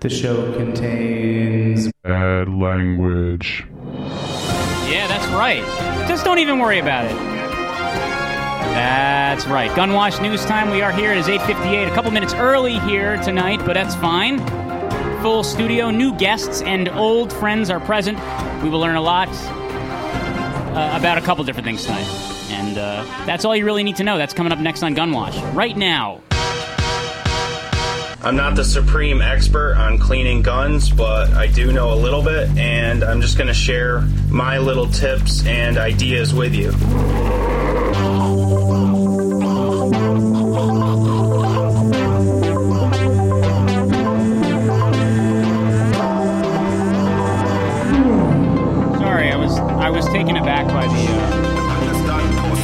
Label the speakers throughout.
Speaker 1: The show contains.
Speaker 2: Bad language.
Speaker 3: Yeah, that's right. Just don't even worry about it. That's right. Gunwash News Time. We are here. It is 8.58. A couple minutes early here tonight, but that's fine. Full studio. New guests and old friends are present. We will learn a lot uh, about a couple different things tonight. And uh, that's all you really need to know. That's coming up next on Gunwash. Right now,
Speaker 4: I'm not the supreme expert on cleaning guns, but I do know a little bit, and I'm just going to share my little tips and ideas with you.
Speaker 3: Sorry, I was I was taken aback by the.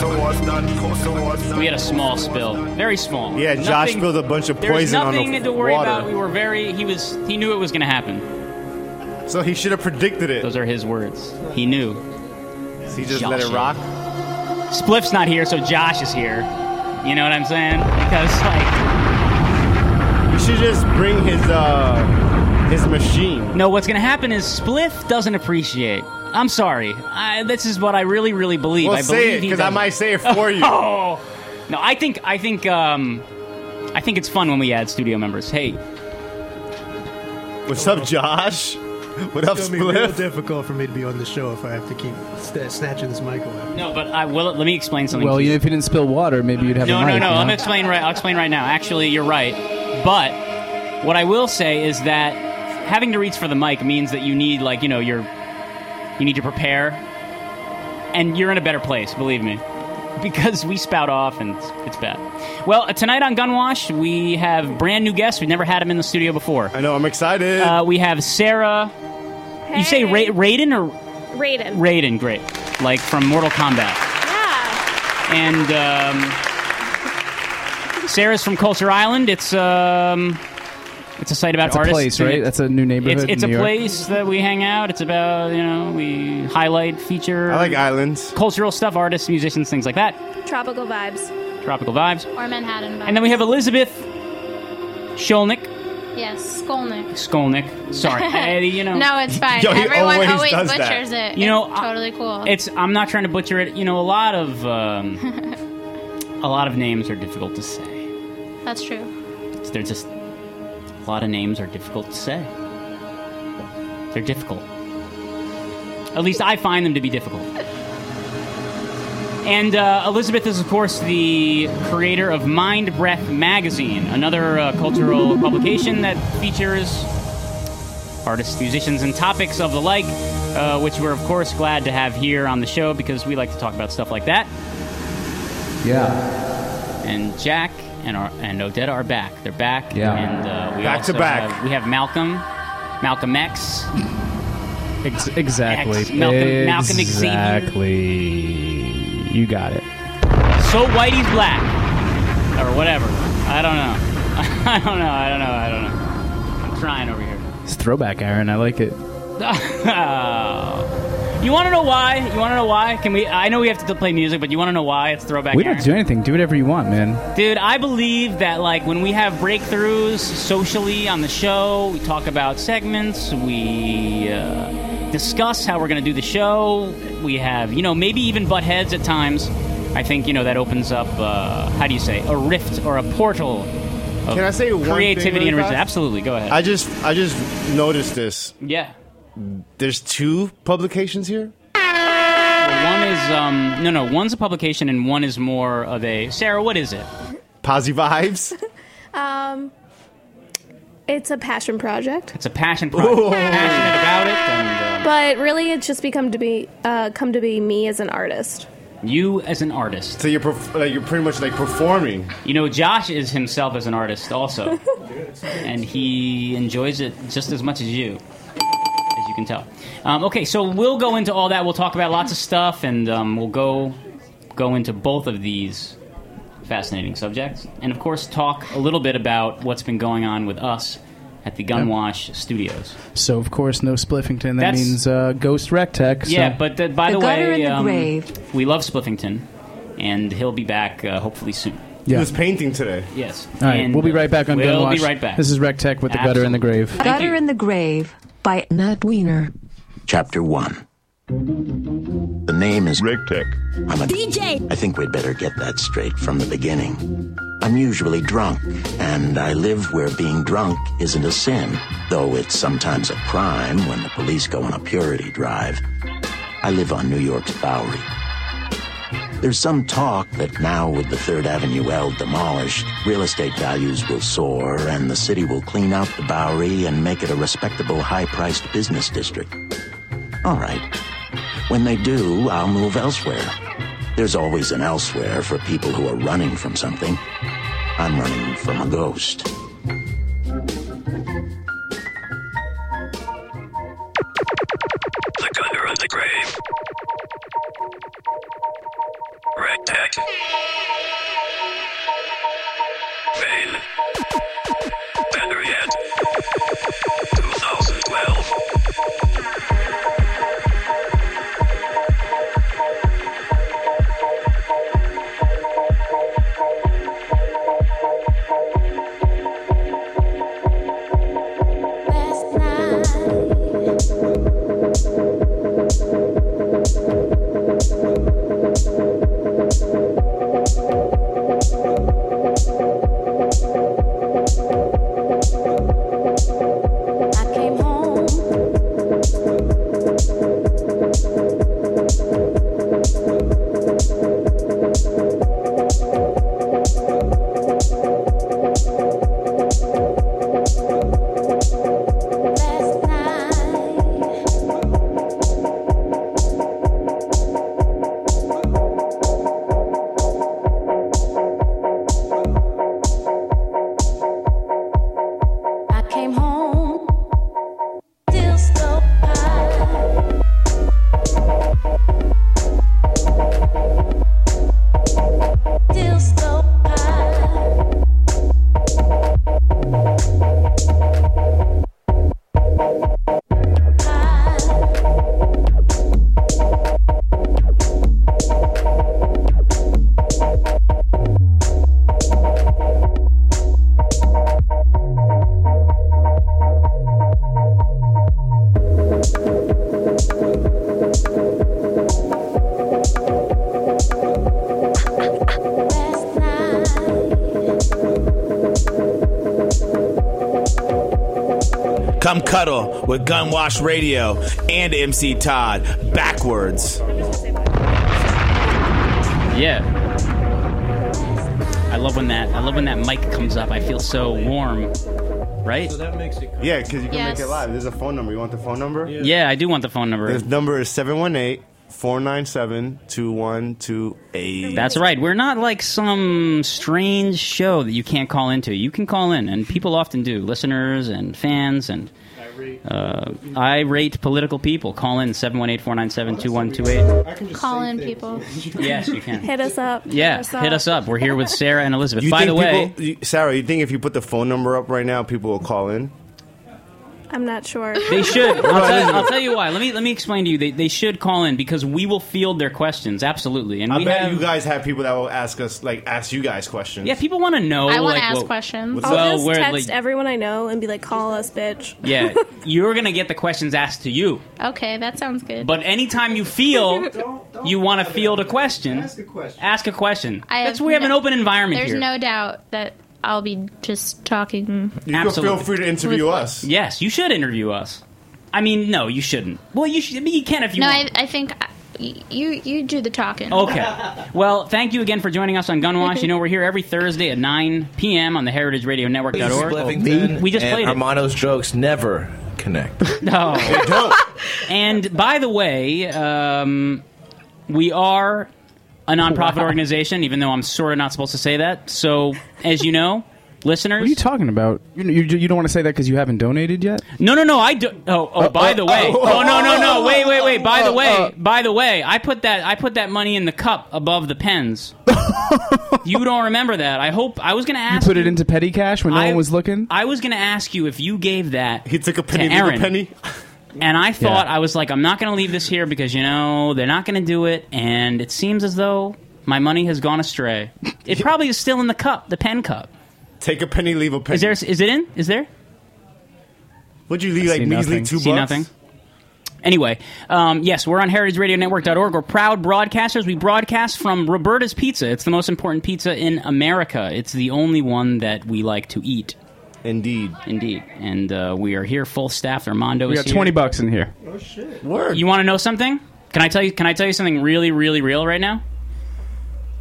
Speaker 3: Uh, we had a small spill, very small.
Speaker 5: Yeah, Josh spilled a bunch of
Speaker 3: there was
Speaker 5: poison on the
Speaker 3: nothing to worry
Speaker 5: water.
Speaker 3: about. We were very. He was. He knew it was going to happen.
Speaker 5: So he should have predicted it.
Speaker 3: Those are his words. He knew.
Speaker 5: He just let it
Speaker 3: Josh.
Speaker 5: rock.
Speaker 3: Spliff's not here, so Josh is here. You know what I'm saying? Because like,
Speaker 5: You should just bring his uh his machine.
Speaker 3: no, what's going to happen is Spliff doesn't appreciate. I'm sorry. I, this is what I really, really believe.
Speaker 5: Well,
Speaker 3: I believe
Speaker 5: say it
Speaker 3: he
Speaker 5: because I
Speaker 3: doesn't.
Speaker 5: might say it for you.
Speaker 3: Oh no, I think I think um, I think it's fun when we add studio members. Hey,
Speaker 5: What's up, Josh? What up,
Speaker 6: It's gonna be real
Speaker 5: Spliff?
Speaker 6: difficult for me to be on the show if I have to keep st- snatching this mic away.
Speaker 3: no, but I will. Let me explain something.
Speaker 1: Well,
Speaker 3: to you.
Speaker 1: you know, if you didn't spill water, maybe you'd have
Speaker 3: no,
Speaker 1: a
Speaker 3: no,
Speaker 1: mic,
Speaker 3: no.
Speaker 1: you
Speaker 3: Let me
Speaker 1: know?
Speaker 3: explain right. I'll explain right now. Actually, you're right. But what I will say is that having to reach for the mic means that you need like you know your you need to prepare, and you're in a better place. Believe me. Because we spout off and it's, it's bad. Well, uh, tonight on Gunwash, we have brand new guests. We've never had them in the studio before.
Speaker 5: I know. I'm excited.
Speaker 3: Uh, we have Sarah. You say Ra-
Speaker 7: Hey.
Speaker 3: Raiden or
Speaker 7: Raiden.
Speaker 3: Raiden? Great, like from Mortal Kombat.
Speaker 7: yeah.
Speaker 3: And um, Sarah's from Culture Island. It's um, it's a site about
Speaker 1: It's a
Speaker 3: artists.
Speaker 1: place, right?
Speaker 3: and
Speaker 1: That's a new
Speaker 3: It's,
Speaker 1: neighborhood.
Speaker 3: it's a
Speaker 1: in New York.
Speaker 3: place that we hang out. It's about you know we highlight, feature
Speaker 5: I like islands.
Speaker 3: cultural stuff, artists, musicians, things like that.
Speaker 7: Tropical vibes
Speaker 3: Tropical vibes.
Speaker 7: or Manhattan vibes.
Speaker 3: And then we have Elizabeth Skolnick.
Speaker 8: Yes, Skolnick.
Speaker 3: Skolnick. Sorry, I- you know.
Speaker 8: No, it's fine.
Speaker 5: Yo, he
Speaker 8: Everyone
Speaker 5: always
Speaker 8: always,
Speaker 5: does that.
Speaker 8: butchers it.
Speaker 3: You know,
Speaker 8: It's
Speaker 3: I-
Speaker 8: totally cool.
Speaker 3: It's I'm not trying to butcher it. You know, a lot of um, a lot of names are difficult to say.
Speaker 8: That's true.
Speaker 3: It's- They're just a lot of names are difficult to say. They're difficult. At least I find them to be difficult. And uh, Elizabeth is, of course, the creator of Mind Breath Magazine, another uh, cultural publication that features artists, musicians, and topics of the like, uh, which we're, of course, glad to have here on the show because we like to talk about stuff like that.
Speaker 1: Yeah.
Speaker 3: and Jack and our, and Odetta are back. They're back.
Speaker 1: Yeah.
Speaker 3: And uh, we
Speaker 5: Back to
Speaker 3: also
Speaker 5: back.
Speaker 3: Have, we have Malcolm, Malcolm X.
Speaker 1: Ex- exactly.
Speaker 3: Ex- Malcolm- Malcolm Xavier.
Speaker 1: exactly. You got it.
Speaker 3: So white he's black, or whatever. I don't know. I don't know. I don't know. I don't know. I'm trying over here.
Speaker 1: It's throwback, Aaron. I like it.
Speaker 3: you want to know why? You want to know why? Can we? I know we have to play music, but you want to know why? It's throwback.
Speaker 1: We don't
Speaker 3: Aaron.
Speaker 1: do anything. Do whatever you want, man.
Speaker 3: Dude, I believe that like when we have breakthroughs socially on the show, we talk about segments, we uh, discuss how we're going to do the show. We have, you know, maybe even butt heads at times. I think you know that opens up. Uh, how do you say a rift or a portal? Of
Speaker 5: Can I say one thing
Speaker 3: creativity
Speaker 5: really
Speaker 3: and
Speaker 5: fast?
Speaker 3: Absolutely, go ahead.
Speaker 5: I just I just noticed this.
Speaker 3: yeah,
Speaker 5: There's two publications here.
Speaker 3: one is um, no, no. One's a publication, and one is more of a Sarah. What is it?
Speaker 5: Posy vibes.
Speaker 7: Um, It's a passion project,
Speaker 3: It's a passion project. Passionate about it. And, um,
Speaker 7: but really, it's just become to be uh, come to be me as an artist.
Speaker 3: you as an artist.
Speaker 5: So you're perf- like, you're pretty much like performing.
Speaker 3: You know, Josh is himself as an artist also, and he enjoys it just as much as you, as you can tell. Um, okay, so we'll go into all that. We'll talk about lots of stuff, and um, we'll go go into both of these fascinating subjects, and of course, talk a little bit about what's been going on with us at the Gunwash Studios.
Speaker 1: So of course, no spliffington. That
Speaker 3: That's-
Speaker 1: means uh, Ghost Rectech. So.
Speaker 3: Yeah, but uh, by the,
Speaker 9: The gutter
Speaker 3: way,
Speaker 9: and the
Speaker 3: um,
Speaker 9: grave.
Speaker 3: we love Spliffington, and he'll be back uh, hopefully soon.
Speaker 1: Yeah.
Speaker 5: He was painting today.
Speaker 3: Yes.
Speaker 1: All right,
Speaker 3: And
Speaker 1: we'll be right back on
Speaker 3: We'll
Speaker 1: Gunwatch.
Speaker 3: be right back.
Speaker 1: This is Rec Tech with the gutter in the grave.
Speaker 3: Thank
Speaker 9: Gutter
Speaker 3: you.
Speaker 9: in the Grave by Nut Wiener.
Speaker 10: Chapter 1. The name is
Speaker 2: Regtech.
Speaker 10: I'm a DJ. I think we'd better get that straight from the beginning. I'm usually drunk, and I live where being drunk isn't a sin, though it's sometimes a crime when the police go on a purity drive. I live on New York's Bowery. There's some talk that now, with the Third Avenue L demolished, real estate values will soar and the city will clean out the Bowery and make it a respectable, high priced business district. All right. When they do, I'll move elsewhere. There's always an elsewhere for people who are running from something. I'm running from a ghost.
Speaker 11: The Gunner of the Grave. Red Tech. Vein. Better yet. 2012.
Speaker 12: I came home, still so high. Still so high.
Speaker 13: Come cuddle with Gunwash Radio and MC Todd backwards.
Speaker 3: Yeah. I love when that I love when that mic comes up. I feel so warm. Right?
Speaker 5: that makes it. Yeah, because you can
Speaker 3: Yes.
Speaker 5: make it live. There's a phone number. You want the phone number?
Speaker 3: Yeah, I do want the phone number.
Speaker 5: The number is 718 497 2128.
Speaker 3: That's right. We're not like some strange show that you can't call into. You can call in, and people often do. Listeners and fans and uh, irate political people. Call in 718 497 2128.
Speaker 8: Call in people.
Speaker 3: Yes, you can.
Speaker 7: Hit us up.
Speaker 3: Yeah, hit us up. We're here with Sarah and Elizabeth.
Speaker 5: You
Speaker 3: By
Speaker 5: think
Speaker 3: the way,
Speaker 5: people- you- Sarah, you think if you put the phone number up right now, people will call in?
Speaker 7: I'm not sure.
Speaker 3: They should. I'll,
Speaker 5: Right,
Speaker 3: tell,
Speaker 5: Elizabeth.
Speaker 3: I'll tell you why. Let me let me explain to you. They, they should call in because we will field their questions. Absolutely. And
Speaker 5: I
Speaker 3: we
Speaker 5: bet
Speaker 3: have,
Speaker 5: you guys have people that will ask us, like, ask you guys questions.
Speaker 3: Yeah, people want to know.
Speaker 7: I wanna
Speaker 3: like,
Speaker 7: ask
Speaker 3: what-
Speaker 7: questions.
Speaker 3: Well,
Speaker 7: I'll just
Speaker 3: where,
Speaker 7: text
Speaker 3: like-
Speaker 7: everyone I know and be like, call us, bitch.
Speaker 3: yeah, you're gonna get the questions asked to you.
Speaker 8: Okay, that sounds good.
Speaker 3: But anytime you feel
Speaker 8: Don't-
Speaker 3: you want to field a question, ask a question. That's we have an open environment
Speaker 8: There's
Speaker 3: here.
Speaker 8: no doubt that I'll be just talking.
Speaker 3: Absolutely.
Speaker 8: With-
Speaker 3: Yes, you should interview us. I mean, no, you shouldn't. Well, you should. I mean, you can if you
Speaker 8: no,
Speaker 3: want.
Speaker 8: I, I think I, you you do the talking.
Speaker 3: Okay. Well, thank you again for joining us on Gunwash. You know, we're here every Thursday at 9 p.m. on the Heritage Radio
Speaker 5: Oh,
Speaker 3: Network.org. We just
Speaker 14: and
Speaker 3: played it.
Speaker 14: Armando's jokes never connect.
Speaker 3: No. And by the way, um, we are a nonprofit organization, even though I'm sort of not supposed to say that. So, as you know, listeners.
Speaker 1: What are you talking about? You, you, you don't want to say that because you haven't donated yet?
Speaker 3: No, no, no. I do.
Speaker 1: Uh,
Speaker 3: Oh, oh. By the way,
Speaker 1: oh,
Speaker 3: oh no, no, no.
Speaker 1: oh,
Speaker 3: Wait, wait, wait. By the
Speaker 1: oh,
Speaker 3: way,
Speaker 1: oh.
Speaker 3: by the way, I put that I put that money in the cup above the pens. You don't remember that? I hope. I was going to
Speaker 1: You
Speaker 3: ask.
Speaker 1: put it into petty cash when no
Speaker 3: I-
Speaker 1: one was looking?
Speaker 3: I was going to ask you if you gave that. He took a
Speaker 5: penny,
Speaker 3: To
Speaker 5: leave a
Speaker 3: Aaron.
Speaker 5: penny.
Speaker 3: And I thought I was like, I'm not going to leave this here because you know they're not going to do it, and it seems as though My money has gone astray. It probably is still in the cup, the pen cup.
Speaker 5: Take a penny, leave a penny.
Speaker 3: Is there? Is it in? Is there?
Speaker 5: Would you leave like measly two
Speaker 3: See
Speaker 5: bucks?
Speaker 3: nothing. Anyway, um, yes, we're on heritageradionetwork.org. We're proud broadcasters. We broadcast from Roberta's Pizza. It's the most important pizza in America. It's the only one that we like to eat.
Speaker 13: Indeed.
Speaker 3: Indeed. And uh, we are here full staff. Armando
Speaker 1: We
Speaker 3: is
Speaker 1: got
Speaker 3: here.
Speaker 1: twenty bucks in here.
Speaker 5: Oh shit!
Speaker 3: You want to know something? Can I tell you? Can I tell you something really, really real right now?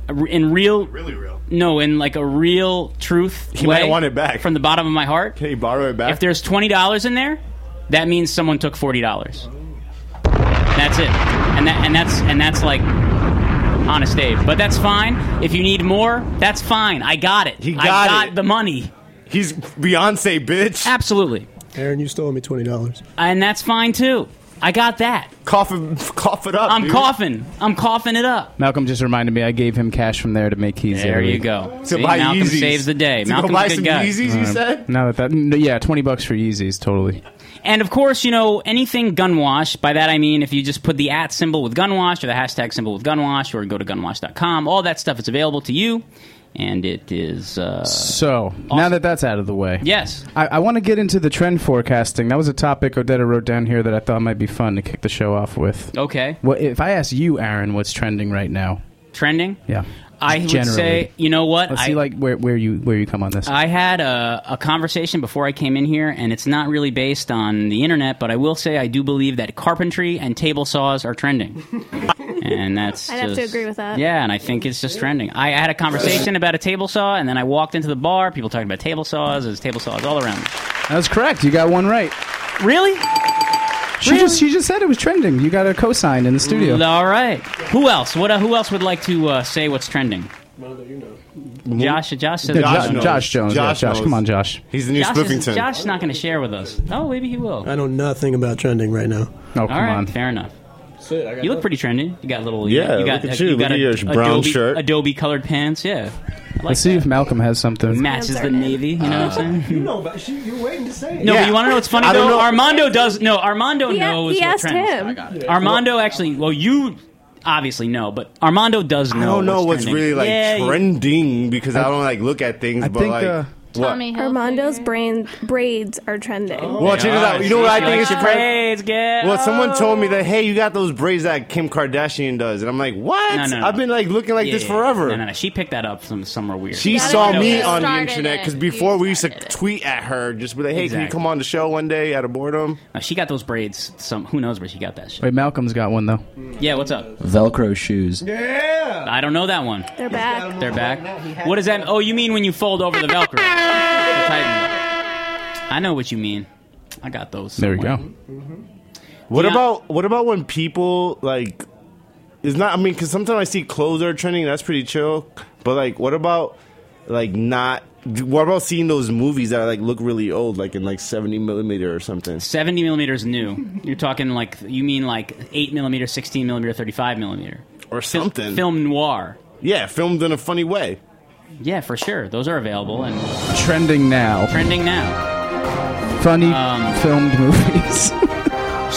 Speaker 3: A re- In real, really real. No, in like a real truth.
Speaker 5: He
Speaker 3: way,
Speaker 5: might want it back.
Speaker 3: from the bottom of my heart.
Speaker 5: Can you borrow it back?
Speaker 3: If there's twenty dollars in there, that means someone took forty dollars. That's it, and that and that's and that's like honest Dave. But that's fine. If you need more, that's fine. I got it. He I
Speaker 5: got
Speaker 3: got
Speaker 5: it.
Speaker 3: the money.
Speaker 5: He's Beyonce, bitch.
Speaker 3: Absolutely,
Speaker 6: Aaron, you stole me twenty dollars.
Speaker 3: and that's fine too. I got that.
Speaker 5: Cough it, cough it up.
Speaker 3: I'm
Speaker 5: dude.
Speaker 3: coughing. I'm coughing it up.
Speaker 1: Malcolm just reminded me I gave him cash from there to make Yeezys.
Speaker 3: There
Speaker 1: every
Speaker 3: you
Speaker 1: week.
Speaker 3: go. See, Malcolm saves the day. Malcolm's a good guy.
Speaker 1: Uh, No, that no, yeah, twenty bucks for Yeezys, totally.
Speaker 3: And of course, you know, anything Gunwash, by that I mean if you just put the at symbol with Gunwash or the hashtag symbol with Gunwash or go to gunwash.com, all that stuff is available to you. And it is. Uh,
Speaker 1: So now that that's out of the way,
Speaker 3: yes.
Speaker 1: I, I want to get into the trend forecasting. That was a topic Odetta wrote down here that I thought might be fun to kick the show off with.
Speaker 3: Okay.
Speaker 1: Well, if I ask you, Aaron, what's trending right now?
Speaker 3: Trending?
Speaker 1: Yeah,
Speaker 3: I would
Speaker 1: Generally.
Speaker 3: say, you know what?
Speaker 1: Let's
Speaker 3: I,
Speaker 1: see, like where, where you where you come on this.
Speaker 3: I had a, a conversation before I came in here, and it's not really based on the internet, but I will say I do believe that carpentry and table saws are trending. and that's
Speaker 7: I'd have to
Speaker 3: just-
Speaker 7: agree with that.
Speaker 3: Yeah, and I think it's just trending. I had a conversation about a table saw, and then I walked into the bar. People talking about table saws. There's table saws all around. me.
Speaker 1: That's correct. You got one right.
Speaker 3: Really?
Speaker 1: She just she just said it was trending. You got a cosign in the studio.
Speaker 3: All right. Who else? What? Uh, who else would like to uh, say what's trending? Josh. Josh says.
Speaker 1: Yeah, Josh, Josh Jones. yeah, Josh, come on, Josh.
Speaker 5: He's
Speaker 3: Josh, is, Josh's not going to share with us. Oh, maybe he will.
Speaker 6: I know nothing about trending right now.
Speaker 1: Oh,
Speaker 3: All right, fair enough. you look pretty trendy. You got a little, you
Speaker 5: Yeah,
Speaker 3: got- you got,
Speaker 5: look at you.
Speaker 3: got
Speaker 5: Look
Speaker 3: a,
Speaker 5: at your brown
Speaker 3: Adobe,
Speaker 5: shirt.
Speaker 3: Adobe colored pants. Yeah, I like
Speaker 1: Let's see if Malcolm has something.
Speaker 3: matches the navy. You know
Speaker 5: Uh-huh.
Speaker 3: what I'm saying?
Speaker 6: You know, Oh, but she, you're waiting to say.
Speaker 3: No, but you want to know what's funny
Speaker 6: I
Speaker 3: though?
Speaker 6: don't know.
Speaker 3: Armando does. No, Armando
Speaker 7: He a-
Speaker 3: knows
Speaker 7: he
Speaker 3: what
Speaker 7: asked
Speaker 3: trends.
Speaker 7: him.
Speaker 3: I got it. Armando actually. Well, you obviously know, but Armando does know.
Speaker 5: I don't know what's,
Speaker 3: trending.
Speaker 5: really like
Speaker 3: Yeah, you-
Speaker 5: trending because I, don't like look at things. but
Speaker 1: think,
Speaker 5: like,
Speaker 1: uh,
Speaker 5: what?
Speaker 7: Armando's brain braids are trending.
Speaker 3: Oh,
Speaker 5: Well, check this out. You know what I think is
Speaker 3: your
Speaker 5: trend-
Speaker 3: braids, get
Speaker 5: Well, someone told me that hey, you got those braids that Kim Kardashian does, and I'm like, what?
Speaker 3: No, no, no.
Speaker 5: I've been like looking like
Speaker 3: Yeah,
Speaker 5: this
Speaker 3: yeah, yeah.
Speaker 5: forever.
Speaker 3: No, no, no. She picked that up from somewhere weird.
Speaker 5: She
Speaker 3: Yeah, I
Speaker 5: saw
Speaker 3: know
Speaker 5: me
Speaker 3: that.
Speaker 5: on the
Speaker 3: Started
Speaker 5: internet
Speaker 3: it.
Speaker 5: because before we used to tweet at her, just be like, hey, can you
Speaker 3: Exactly.
Speaker 5: come on the show one day out of boredom?
Speaker 3: No, she got those braids. Some who knows where she got that shit.
Speaker 1: Wait, Malcolm's got one though.
Speaker 3: Yeah, what's up?
Speaker 14: Velcro shoes.
Speaker 6: Yeah.
Speaker 3: I don't know that one.
Speaker 7: They're back.
Speaker 3: They're back. What does that? Oh, you mean when you fold over the Velcro? To tighten. I know what you mean. I got those.
Speaker 1: There you
Speaker 3: somewhere.
Speaker 1: go.
Speaker 5: What
Speaker 3: Mm-hmm. Yeah.
Speaker 5: about what about when people like? It's not. I mean, because sometimes I see clothes are trending. That's pretty chill. But like, what about like not? What about seeing those movies that like look really old, like in like seventy millimeter or something?
Speaker 3: Seventy millimeters new. You're talking like you mean like eight millimeter, sixteen millimeter, thirty-five millimeter,
Speaker 5: or something.
Speaker 3: film noir.
Speaker 5: Yeah, filmed in a funny way.
Speaker 3: Yeah, for sure. Those are available and
Speaker 1: Trending now.
Speaker 3: trending now.
Speaker 1: Funny
Speaker 3: Um,
Speaker 1: filmed movies.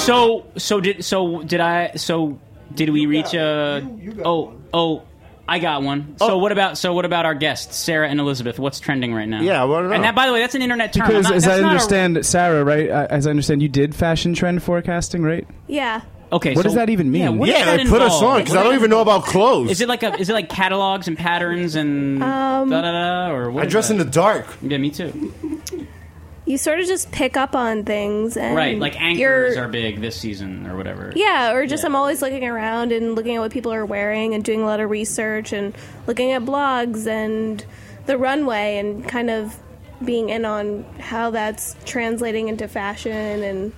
Speaker 3: So so did so did I so did we reach a? oh oh. I got one. So what about so what about our guests, Sarah and Elizabeth? What's trending right now?
Speaker 1: Yeah, I wanna know.
Speaker 3: And that, by the way, that's an internet term. I'm
Speaker 1: Because
Speaker 3: not-
Speaker 1: as
Speaker 3: that's
Speaker 1: I
Speaker 3: not a-
Speaker 1: understand, Sarah, right? I- As I understand, you did fashion trend forecasting, right?
Speaker 7: Yeah.
Speaker 3: Okay.
Speaker 1: What
Speaker 3: so-
Speaker 1: does that even mean?
Speaker 3: Yeah, what does
Speaker 5: Yeah,
Speaker 3: that
Speaker 5: they put us
Speaker 3: involve?
Speaker 5: on because I don't even know about
Speaker 1: Oh.
Speaker 5: clothes.
Speaker 3: Is it like a? Is it like catalogs and patterns and
Speaker 7: Um,
Speaker 3: da da da? Or what
Speaker 5: I
Speaker 3: is
Speaker 5: dress in the
Speaker 3: that?
Speaker 5: dark.
Speaker 3: Yeah, me too.
Speaker 7: You sort of just pick up on things and
Speaker 3: right, like anchors
Speaker 7: Um, you're-
Speaker 3: are big this season or whatever.
Speaker 7: Yeah, or just I'm always looking around and looking at what people are wearing and doing a lot of research and looking at blogs and the runway and kind of being in on how that's translating into fashion and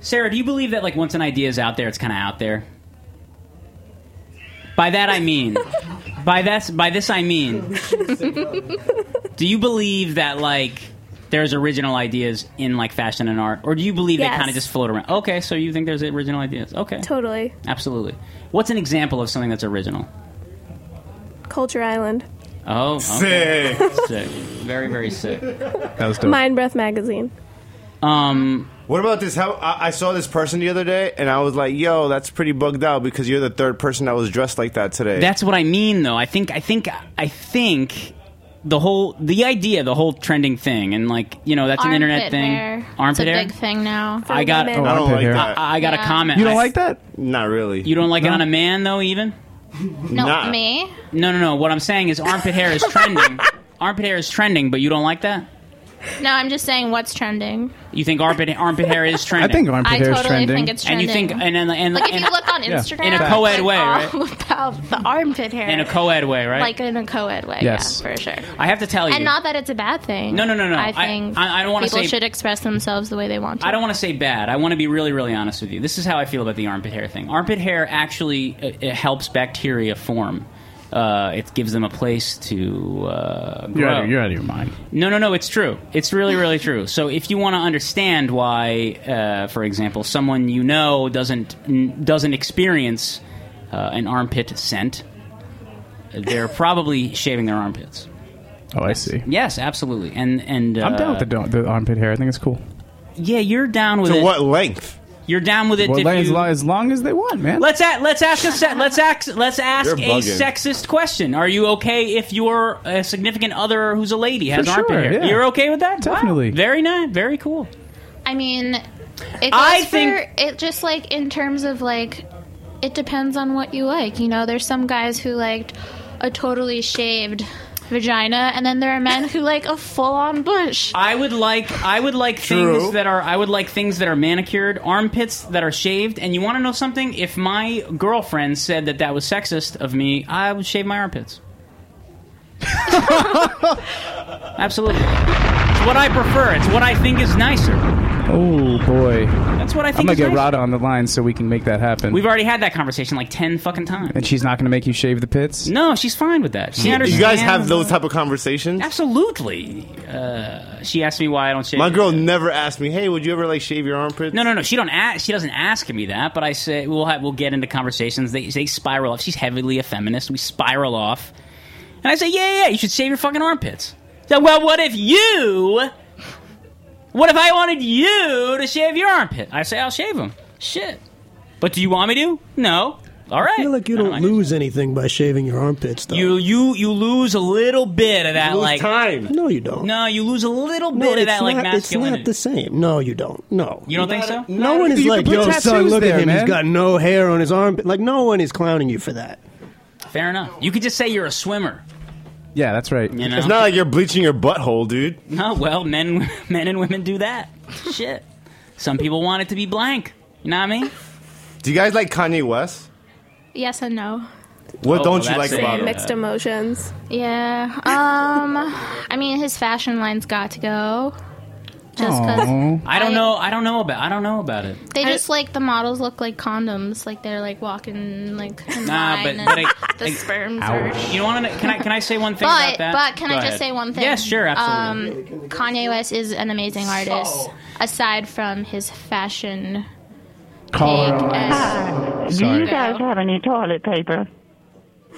Speaker 3: Sarah, do you believe that like once an idea is out there, it's kind of out there? By that I mean, by that by this I mean, do you believe that like there's original ideas in like fashion and art, or do you believe they
Speaker 7: Yes.
Speaker 3: kind of just float around? Okay, so you think there's original ideas? Okay,
Speaker 7: totally
Speaker 3: absolutely. What's an example of something that's original?
Speaker 7: Culture Island.
Speaker 3: Oh, okay. sick, very very sick.
Speaker 1: That was
Speaker 7: Mind Breath magazine.
Speaker 3: Um,
Speaker 5: What about this? How I, I saw this person the other day, and I was like, "Yo, that's pretty bugged out because you're the third person that was dressed like that today."
Speaker 3: That's what I mean, though. I think, I think, I think the whole the idea, the whole trending thing, and like you know, that's an internet
Speaker 8: Armpit
Speaker 3: thing.
Speaker 8: hair.
Speaker 3: Armpit
Speaker 8: it's
Speaker 3: hair.
Speaker 8: a big thing now.
Speaker 3: I got.
Speaker 5: Oh, I don't like that.
Speaker 3: I, I got a
Speaker 8: Yeah.
Speaker 3: comment.
Speaker 5: You don't
Speaker 3: I-
Speaker 5: like
Speaker 1: that?
Speaker 5: Not really.
Speaker 3: You don't like it on a man though, even.
Speaker 8: No, me.
Speaker 3: No, no, no. What I'm saying is armpit hair is trending. armpit hair is trending, but you don't like that.
Speaker 8: No, I'm just saying what's trending.
Speaker 3: You think armpit armpit hair is trending?
Speaker 1: I think armpit
Speaker 8: I
Speaker 1: hair is
Speaker 8: totally
Speaker 1: trending.
Speaker 8: think it's
Speaker 3: And you think
Speaker 8: trending.
Speaker 3: and and, and
Speaker 8: like if
Speaker 3: and-
Speaker 8: you look on
Speaker 3: yeah.
Speaker 8: Instagram,
Speaker 3: in a
Speaker 8: it's
Speaker 3: co-ed
Speaker 8: like
Speaker 3: way, right?
Speaker 8: all about the armpit hair,
Speaker 3: In a co-ed way, right?
Speaker 8: like in a co-ed way.
Speaker 3: Yes.
Speaker 8: yeah, for sure.
Speaker 3: I have to tell you,
Speaker 8: And not that it's a bad thing.
Speaker 3: No, no, no, no.
Speaker 8: I
Speaker 3: I-
Speaker 8: think
Speaker 3: I- I don't wanna
Speaker 8: people
Speaker 3: say-
Speaker 8: should express themselves the way they want to.
Speaker 3: I don't want to say bad. I want to be really, really honest with you. This is how I feel about the armpit hair thing. Armpit hair actually uh, it helps bacteria form. Uh, it gives them a place to uh, grow.
Speaker 1: You're out, of, you're out of your mind.
Speaker 3: No, no, no. It's true. It's really, really true. So if you want to understand why, uh, for example, someone you know doesn't n- doesn't experience uh, an armpit scent, they're probably shaving their armpits.
Speaker 1: Oh, I see.
Speaker 3: Yes, absolutely. And and uh,
Speaker 1: I'm down with the, don- the armpit hair. I think it's cool.
Speaker 3: Yeah, you're down with
Speaker 1: To
Speaker 3: it.
Speaker 1: what
Speaker 5: length?
Speaker 3: You're down with it.
Speaker 1: Well,
Speaker 3: if
Speaker 1: as,
Speaker 3: you-
Speaker 1: long, as long as they want, man.
Speaker 3: Let's ask. Let's ask a se- Let's ask. Let's ask a
Speaker 1: You're bugging.
Speaker 3: sexist question. Are you okay if your uh, significant other, who's a lady, has
Speaker 1: For
Speaker 3: armpit
Speaker 1: sure,
Speaker 3: hair?
Speaker 1: yeah.
Speaker 3: You're okay with that? Wow.
Speaker 1: Definitely.
Speaker 3: Very nice. Very cool.
Speaker 8: I mean, it
Speaker 3: I
Speaker 8: goes
Speaker 3: think-
Speaker 8: for it just like in terms of like it depends on what you like. You know, there's some guys who liked a totally shaved vagina, and then there are men who like a full on bush.
Speaker 3: I would like. I would like
Speaker 8: True.
Speaker 3: things that are. I would like things that are manicured, armpits that are shaved. And you want to know something? If my girlfriend said that that was sexist of me, I would shave my armpits. Absolutely. It's what I prefer. It's what I think is nicer.
Speaker 1: Oh boy. That's
Speaker 3: what I think
Speaker 1: I'm gonna
Speaker 3: is
Speaker 1: get
Speaker 3: nice.
Speaker 1: Rada on the line so we can make that happen.
Speaker 3: We've already had that conversation like ten fucking times.
Speaker 1: and she's not gonna make you shave the pits.
Speaker 3: No, she's fine with that. She
Speaker 5: You-
Speaker 3: understands.
Speaker 5: You guys have those type of conversations.
Speaker 3: Absolutely. Uh, she asked me why I don't shave.
Speaker 5: My girl never asked me, "Hey, would you ever like shave your armpits?"
Speaker 3: No, no, no. She don't. Ask, she doesn't ask me that. But I say we'll have, we'll get into conversations. They they spiral off. She's heavily a feminist. We spiral off, and I say, yeah, yeah, yeah, you should shave your fucking armpits. So, well, what if you? What if I wanted you to shave your armpit? I say I'll shave them. Shit. But do you want me to? No. All right.
Speaker 6: I feel like you don't lose anything by shaving your armpits, though.
Speaker 3: You you you lose a little bit of that
Speaker 6: lose
Speaker 3: like
Speaker 6: time. No, you don't.
Speaker 3: No, you lose a little bit
Speaker 6: no,
Speaker 3: of that
Speaker 6: it's
Speaker 3: like
Speaker 6: not, it's
Speaker 3: masculinity.
Speaker 6: not the same. No, you don't. No,
Speaker 3: you don't think so?
Speaker 6: No one is
Speaker 1: You
Speaker 6: like,
Speaker 1: can put
Speaker 6: yo, son,
Speaker 1: tattoos
Speaker 6: look
Speaker 1: there,
Speaker 6: at him.
Speaker 1: man."
Speaker 6: He's got no hair on his arm. Like, no one is clowning you for that.
Speaker 3: Fair enough. You could just say you're a swimmer.
Speaker 1: Yeah, that's right.
Speaker 3: You know?
Speaker 5: It's not like you're bleaching your butthole, dude.
Speaker 3: No, well, men men and women do that. Shit. Some people want it to be blank. You know what I mean?
Speaker 5: Do you guys like Kanye West?
Speaker 8: Yes and no.
Speaker 5: What
Speaker 3: Oh,
Speaker 5: don't you
Speaker 3: that's
Speaker 5: like
Speaker 3: a-
Speaker 5: about him?
Speaker 7: Mixed emotions.
Speaker 8: Yeah. Um, I mean, his fashion line's got to go. Just 'cause-
Speaker 3: I don't know. I don't know about. I don't know about it.
Speaker 8: They just like the models look like condoms, like they're like walking like in
Speaker 3: Nah,
Speaker 8: line
Speaker 3: but
Speaker 8: and
Speaker 3: but I,
Speaker 8: the sperms
Speaker 3: I,
Speaker 8: are.
Speaker 3: you know what? I'm- Can I can I say one thing
Speaker 8: But
Speaker 3: about that?
Speaker 8: but can
Speaker 3: Go
Speaker 8: I just
Speaker 3: ahead.
Speaker 8: say one thing?
Speaker 3: Yes, sure, absolutely.
Speaker 8: Um, Kanye West is an amazing artist. Aside from his fashion,
Speaker 1: Caller.
Speaker 15: Do
Speaker 1: Sorry.
Speaker 15: you guys have any toilet paper?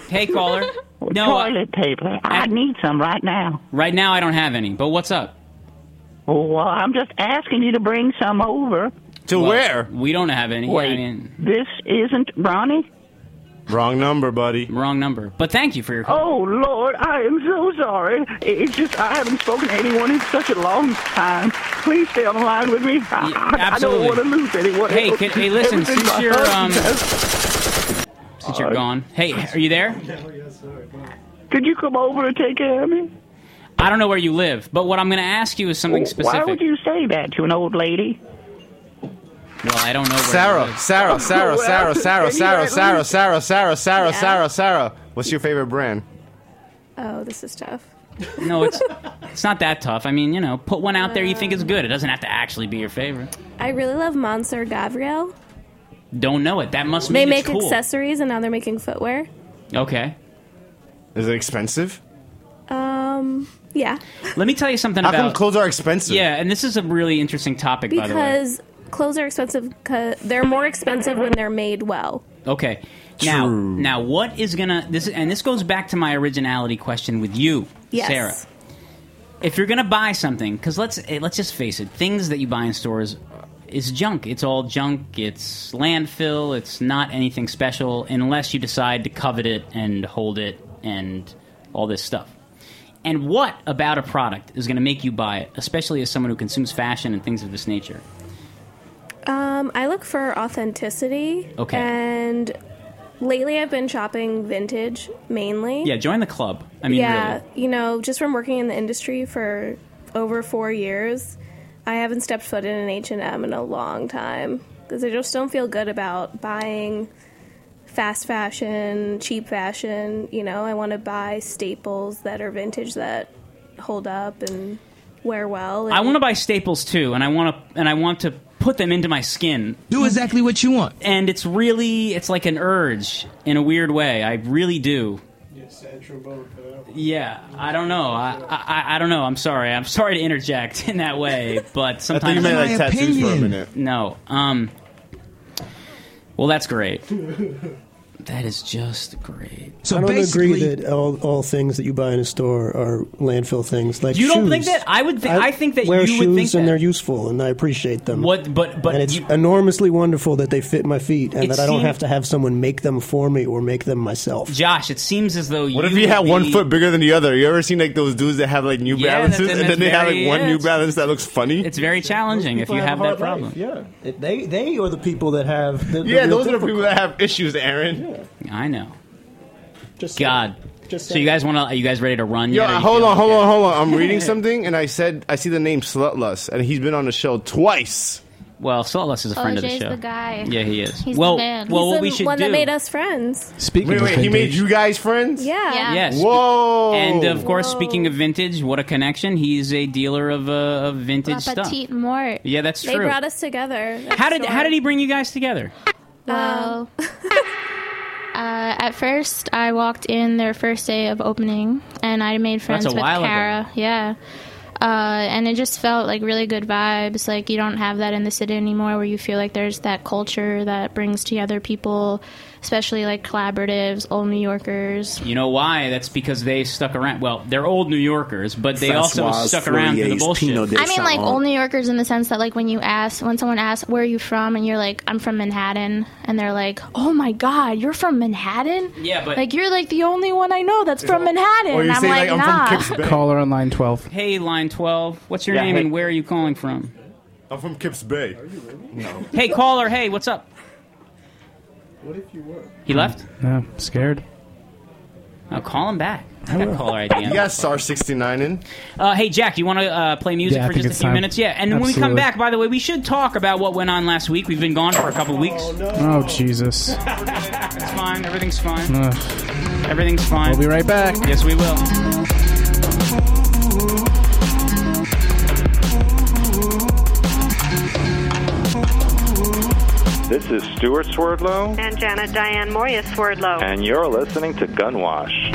Speaker 3: hey caller. No, I-
Speaker 15: toilet paper. I need some right now.
Speaker 3: right now I don't have any. But what's up?
Speaker 15: Well, I'm just asking you to bring some over.
Speaker 5: To
Speaker 3: Well,
Speaker 5: where?
Speaker 3: We don't have any.
Speaker 15: Wait.
Speaker 3: I mean,
Speaker 15: This isn't Ronnie.
Speaker 5: Wrong number, buddy.
Speaker 3: Wrong number. But thank you for your call.
Speaker 15: Oh Lord, I am so sorry. I- It's just I haven't spoken to anyone in such a long time. Please stay on the line with me. I, I don't
Speaker 3: absolutely.
Speaker 15: want to lose anyone.
Speaker 3: Hey, can, hey, listen.
Speaker 15: Everything
Speaker 3: Since
Speaker 15: my
Speaker 3: you're um,
Speaker 15: husband does.
Speaker 3: since you're gone. Hey, are you there?
Speaker 15: could you come over and take care of me?
Speaker 3: I don't know where you live, but what I'm going to ask you is something specific.
Speaker 15: Why would you say that to an old lady?
Speaker 3: Well, I don't know. Where
Speaker 5: Sarah, Sarah, Sarah, Sarah,
Speaker 15: Well,
Speaker 5: Sarah,
Speaker 15: can you
Speaker 5: Sarah,
Speaker 15: at
Speaker 5: Sarah,
Speaker 15: least-
Speaker 5: Sarah, Sarah, Sarah,
Speaker 7: Yeah.
Speaker 5: Sarah, Sarah. What's your favorite brand?
Speaker 7: Oh, this is tough.
Speaker 3: No, it's it's not that tough. I mean, you know, put one out there you think is good. It doesn't have to actually be your favorite.
Speaker 7: I really love Monsieur Gabriel.
Speaker 3: Don't know it. That must
Speaker 7: They
Speaker 3: mean
Speaker 7: make
Speaker 3: it's cool.
Speaker 7: accessories and now they're making footwear.
Speaker 3: Okay.
Speaker 5: Is it expensive?
Speaker 7: Um, yeah,
Speaker 3: Let me tell you something
Speaker 5: How
Speaker 3: about
Speaker 5: come clothes are expensive?
Speaker 3: Yeah, and this is a really interesting topic by the way.
Speaker 7: because clothes are expensive. Cause they're more expensive when they're made well.
Speaker 3: Okay. Now, now what is going to this and this goes back to my originality question with you,
Speaker 7: Yes.
Speaker 3: Sarah. If you're going to buy something cuz let's eh, let's just face it, things that you buy in stores is junk. It's all junk. It's landfill. It's not anything special unless you decide to covet it and hold it and all this stuff. And what about a product is going to make you buy it, especially as someone who consumes fashion and things of this nature?
Speaker 7: Um, I look for authenticity.
Speaker 3: Okay.
Speaker 7: And lately, I've been shopping vintage mainly.
Speaker 3: Yeah, join the club. I mean,
Speaker 7: yeah,
Speaker 3: really.
Speaker 7: you know, just from working in the industry for over four years, I haven't stepped foot in an H and M in a long time because I just don't feel good about buying fast fashion, cheap fashion. You know, I want to buy staples that are vintage that hold up and wear well.
Speaker 3: I want to buy staples too, and I want to and I want to put them into my skin.
Speaker 16: Do exactly what you want.
Speaker 3: And it's really it's like an urge in a weird way. I really do. Yeah, I don't know. I, I I don't know. I'm sorry. I'm sorry to interject in that way, but sometimes
Speaker 5: you meant, like, My tattoos for a opinion. minute.
Speaker 3: No. Um. Well, that's great. That is just great.
Speaker 6: I don't agree that all, all things that you buy in a store are landfill things. Like
Speaker 3: You don't think
Speaker 6: shoes.
Speaker 3: that? I would thi- I think that
Speaker 6: wear
Speaker 3: you
Speaker 6: shoes
Speaker 3: would think
Speaker 6: and
Speaker 3: that.
Speaker 6: they're useful, and I appreciate them.
Speaker 3: What? But but
Speaker 6: and it's
Speaker 3: you-
Speaker 6: enormously wonderful that they fit my feet, and
Speaker 3: It
Speaker 6: that I don't
Speaker 3: seem-
Speaker 6: have to have someone make them for me or make them myself.
Speaker 3: Josh, it seems as though you.
Speaker 5: What if you had
Speaker 3: would
Speaker 5: one
Speaker 3: be-
Speaker 5: foot bigger than the other? You ever seen like those dudes that have like New
Speaker 3: Yeah, that's-
Speaker 5: Balances and
Speaker 3: that's
Speaker 5: then they have
Speaker 3: very-
Speaker 5: like one
Speaker 3: yeah,
Speaker 5: New
Speaker 3: it's-
Speaker 5: Balance that looks funny?
Speaker 3: It's very challenging if you have, that problem.
Speaker 6: yeah. It- they they are the people that have. The, the
Speaker 5: Yeah,
Speaker 6: real
Speaker 5: those are the people
Speaker 6: difficult-
Speaker 5: that have issues, Aaron.
Speaker 3: I know. Just God. Just so you guys want to? Are you guys ready to run?
Speaker 5: Yo,
Speaker 3: yet? Are you
Speaker 5: hold
Speaker 3: feeling
Speaker 5: on, hold
Speaker 3: okay?
Speaker 5: on, hold on. I'm reading something and I said I see the name Slutlust and he's been on the show twice.
Speaker 3: Well, Slutlust is a friend of the
Speaker 7: OJ's
Speaker 3: show.
Speaker 7: the guy.
Speaker 3: Yeah, he is.
Speaker 7: He's
Speaker 3: well,
Speaker 7: the man.
Speaker 3: well,
Speaker 7: He's
Speaker 3: what
Speaker 7: the
Speaker 3: we should
Speaker 7: one
Speaker 3: do.
Speaker 7: that made us friends.
Speaker 1: Speaking
Speaker 5: wait,
Speaker 1: of
Speaker 5: wait, he made
Speaker 1: vintage-
Speaker 5: you guys friends?
Speaker 7: Yeah.
Speaker 3: Yes.
Speaker 5: Whoa.
Speaker 3: And of course, speaking of vintage, what a connection! He's a dealer of, uh, of vintage
Speaker 8: La
Speaker 3: stuff.
Speaker 8: Petite Mort.
Speaker 3: Yeah, that's
Speaker 7: they
Speaker 3: true.
Speaker 7: brought us together.
Speaker 3: how did how did he bring you guys together?
Speaker 8: Well, uh, at first I walked in their first day of opening, and I made friends
Speaker 3: a
Speaker 8: with
Speaker 3: while ago.
Speaker 8: Kara. Yeah. Uh, and it just felt like really good vibes. Like you don't have that in the city anymore, where you feel like there's that culture that brings together people, especially like collaboratives, old New Yorkers.
Speaker 3: You know why? That's because they stuck around. Well, they're old New Yorkers, but they also
Speaker 8: Francoise
Speaker 3: stuck around through the
Speaker 8: Fourier's
Speaker 3: bullshit.
Speaker 8: Pinot I mean, like old New Yorkers in the sense that, like, when you ask, when someone asks, "Where are you from?" and you're like, "I'm from Manhattan," and they're like, "Oh my God, you're from Manhattan?
Speaker 3: Yeah, but-
Speaker 8: like, you're like the only one I know that's from Manhattan."
Speaker 1: Or you
Speaker 8: I'm
Speaker 1: say,
Speaker 8: like,
Speaker 1: like, I'm
Speaker 8: "Nah."
Speaker 1: Caller on line 12.
Speaker 3: Hey, line twelve. What's your
Speaker 1: Yeah,
Speaker 3: name
Speaker 1: hey.
Speaker 3: and where are you calling from?
Speaker 5: I'm from Kips Bay.
Speaker 3: Hey, caller. Hey, what's up?
Speaker 6: What if you were?
Speaker 3: He left.
Speaker 1: No, scared.
Speaker 3: Now call him back. I got caller ID. on.
Speaker 5: Yes, SAR 69 in.
Speaker 3: Uh, hey, Jack, you want to uh, play music
Speaker 5: Yeah, I
Speaker 3: for
Speaker 5: think
Speaker 3: just a
Speaker 5: it's
Speaker 3: few
Speaker 5: time.
Speaker 3: minutes? Yeah, and when we come
Speaker 1: Absolutely.
Speaker 3: back, by the way, we should talk about what went on last week. We've been gone for a couple weeks.
Speaker 1: Oh, Jesus.
Speaker 3: It's fine. Everything's fine.
Speaker 1: Ugh.
Speaker 3: Everything's fine.
Speaker 1: We'll be right back.
Speaker 3: Yes, we will.
Speaker 17: This is Stuart Swerdlow,
Speaker 18: And Janet Diane Moria Swerdlow.
Speaker 17: and you're listening to Gunwash.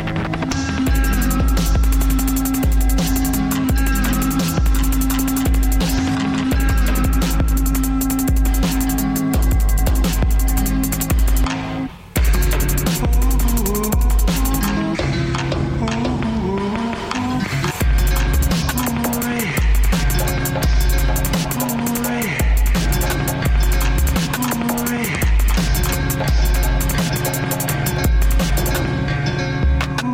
Speaker 12: Ooh,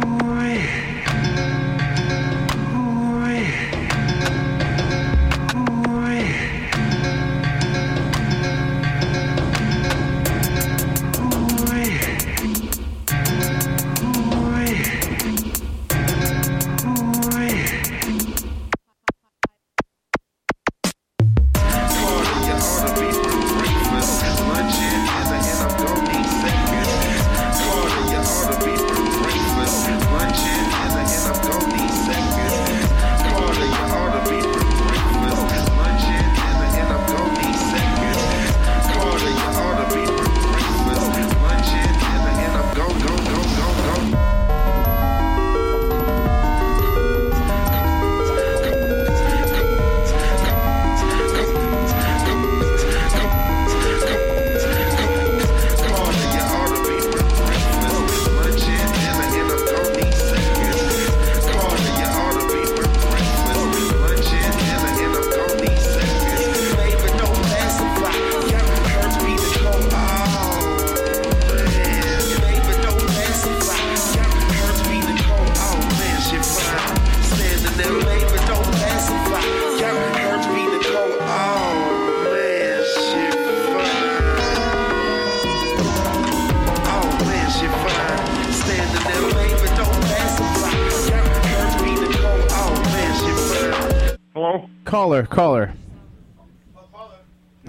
Speaker 1: Caller, caller.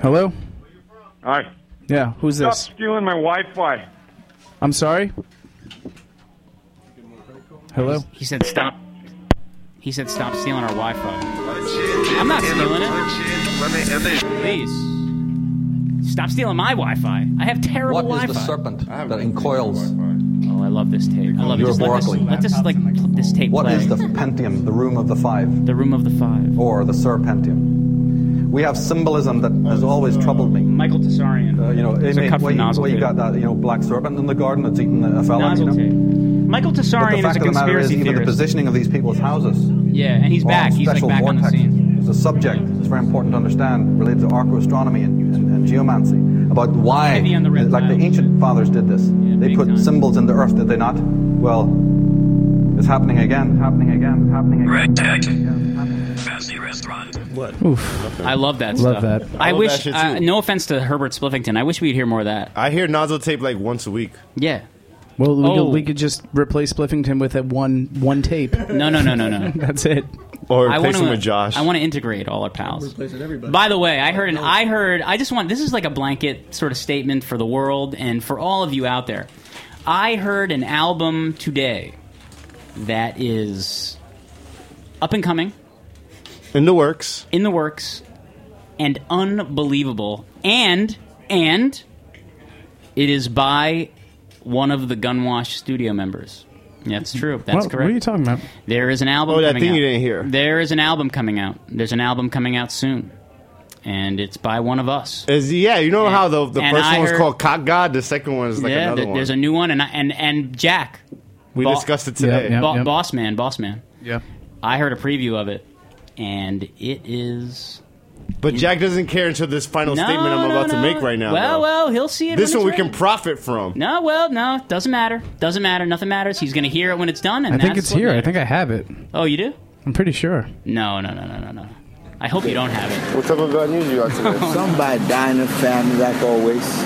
Speaker 1: Hello?
Speaker 16: Hi.
Speaker 1: Yeah, who's
Speaker 16: Stop
Speaker 1: this?
Speaker 16: stealing my Wi-Fi.
Speaker 1: I'm sorry? Hello?
Speaker 3: He said stop. He said stop stealing our Wi-Fi. I'm not stealing it. Please. Stop stealing my Wi-Fi. I have terrible
Speaker 19: What
Speaker 3: Wi-Fi.
Speaker 19: is the serpent that encoils?
Speaker 3: Oh, I love this tape. I love
Speaker 19: Your
Speaker 3: it. Just let this,
Speaker 19: Barkley.
Speaker 3: let this like pl- this tape
Speaker 19: What
Speaker 3: play.
Speaker 19: is the pentium, the room of the five?
Speaker 3: The room of the five.
Speaker 19: Or the serpentium. We have symbolism that has always troubled me. Uh,
Speaker 3: Michael Tessarian.
Speaker 19: you know,
Speaker 3: It's a
Speaker 19: Amy,
Speaker 3: cut from
Speaker 19: where, you,
Speaker 3: nozzle
Speaker 19: where you
Speaker 3: tape.
Speaker 19: got that, you know, black serpent in the garden that's eating a fella, you
Speaker 3: Nozzle
Speaker 19: know?
Speaker 3: tape. Michael
Speaker 19: But the
Speaker 3: Tessarian is
Speaker 19: fact
Speaker 3: a
Speaker 19: of the matter is,
Speaker 3: conspiracy
Speaker 19: even the
Speaker 3: theorist.
Speaker 19: positioning of these people's houses.
Speaker 3: Yeah, and he's
Speaker 19: are
Speaker 3: back. He's like
Speaker 19: special
Speaker 3: back on the
Speaker 19: vortexes.
Speaker 3: scene.
Speaker 19: There's a subject that's very important to understand related to archaeoastronomy and, and, and geomancy about why, like the ancient fathers did this. they put symbols in the earth, did they not? Well, it's happening again, happening again, happening again.
Speaker 11: Red Tag. Fancy restaurant.
Speaker 5: What?
Speaker 3: I love that
Speaker 5: Love
Speaker 3: stuff.
Speaker 5: that.
Speaker 3: I,
Speaker 5: I love that
Speaker 3: wish.
Speaker 5: shit,
Speaker 3: uh,
Speaker 5: too.
Speaker 3: no offense to Herbert Spliffington. I wish we'd hear more of that.
Speaker 5: I hear nozzle tape like once a week.
Speaker 3: Yeah.
Speaker 1: Well, we,
Speaker 3: Oh.
Speaker 1: could, we could just replace Spliffington with a one one tape.
Speaker 3: No, no, no, no, no.
Speaker 1: That's it.
Speaker 5: Or
Speaker 3: I
Speaker 5: replace
Speaker 3: wanna-
Speaker 5: him with Josh.
Speaker 3: I want to integrate all our pals.
Speaker 6: Replace it everybody.
Speaker 3: By the way, I heard an I heard I just want this is like a blanket sort of statement for the world and for all of you out there. I heard an album today that is up and coming.
Speaker 5: In the works.
Speaker 3: In the works. And unbelievable. And and it is by one of the Gunwash studio members. That's true. That's
Speaker 1: What-
Speaker 3: correct.
Speaker 1: What are you talking about?
Speaker 3: There is an album.
Speaker 1: Oh, that
Speaker 3: coming
Speaker 1: thing
Speaker 3: out.
Speaker 1: you didn't hear.
Speaker 3: There is an album coming out. There's an album coming out soon, and it's by one of us.
Speaker 5: Is yeah, you know how the the
Speaker 3: and
Speaker 5: first
Speaker 3: I
Speaker 5: one's
Speaker 3: heard-
Speaker 5: called Cock God, the second one is like
Speaker 3: yeah,
Speaker 5: another
Speaker 3: there-
Speaker 5: one.
Speaker 3: there's a new one, and I, and and Jack.
Speaker 5: We discussed it today. Yep, yep,
Speaker 3: Bo-
Speaker 5: yep.
Speaker 3: Boss man, boss man.
Speaker 1: Yeah.
Speaker 3: I heard a preview of it, and it is.
Speaker 5: but Jack doesn't care until this final
Speaker 3: No,
Speaker 5: statement I'm
Speaker 3: no,
Speaker 5: about
Speaker 3: no.
Speaker 5: to make right now.
Speaker 3: Well,
Speaker 5: though.
Speaker 3: well, he'll see it.
Speaker 5: this
Speaker 3: when
Speaker 5: one we
Speaker 3: it's
Speaker 5: can
Speaker 3: ready.
Speaker 5: profit from.
Speaker 3: No, well, no, doesn't matter. Doesn't matter. Nothing matters. He's going to hear it when it's done, and
Speaker 1: I think
Speaker 3: that's
Speaker 1: it's
Speaker 3: what
Speaker 1: here. I
Speaker 3: matters.
Speaker 1: think I have it.
Speaker 3: Oh, you do?
Speaker 1: I'm pretty sure.
Speaker 3: No, no, no, no, no, no. I hope you don't have it.
Speaker 20: What type of bad news you got today? Somebody dying in family, like always.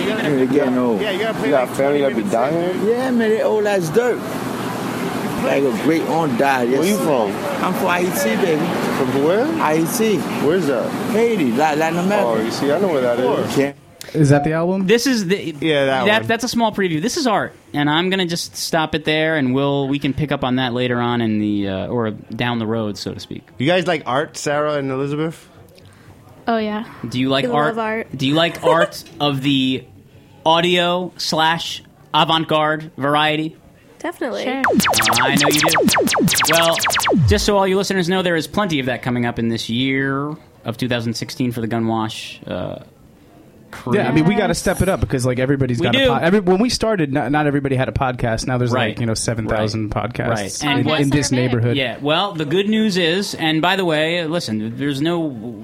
Speaker 20: You're getting old. Yeah, you gotta play you got family that be dying here? Yeah, man, they old as dirt. Like a great aunt died. Yes. Where you from? I'm from Haiti, baby. From where? Haiti. Where's that? Haiti, La- Latin America. Oh, you see, I know where that is. Can't
Speaker 1: Is that the album?
Speaker 3: This is the yeah
Speaker 1: that one.
Speaker 3: that's a small preview. This is art, and I'm gonna just stop it there, and we'll we can pick up on that later on in the uh, or down the road, so to speak.
Speaker 5: You guys like art, Sarah and Elizabeth?
Speaker 8: Oh yeah.
Speaker 3: Do you like
Speaker 8: We
Speaker 3: art?
Speaker 8: love art.
Speaker 3: Do you like art of the audio slash avant garde variety?
Speaker 7: Definitely.
Speaker 3: I know you do. Well, just so all you listeners know, there is plenty of that coming up in this year of 2016 for the Gunwash. Uh, crew.
Speaker 1: Yeah, I mean, we got to step it up because like everybody's
Speaker 3: We
Speaker 1: got
Speaker 3: do.
Speaker 1: a pod- every, when we started, not, not everybody had a podcast. Now there's
Speaker 3: Right.
Speaker 1: like you know seven thousand podcasts
Speaker 3: Right. And
Speaker 1: in,
Speaker 3: what-
Speaker 1: in this neighborhood.
Speaker 3: Yeah. Well, the good news is, and by the way, listen, there's no.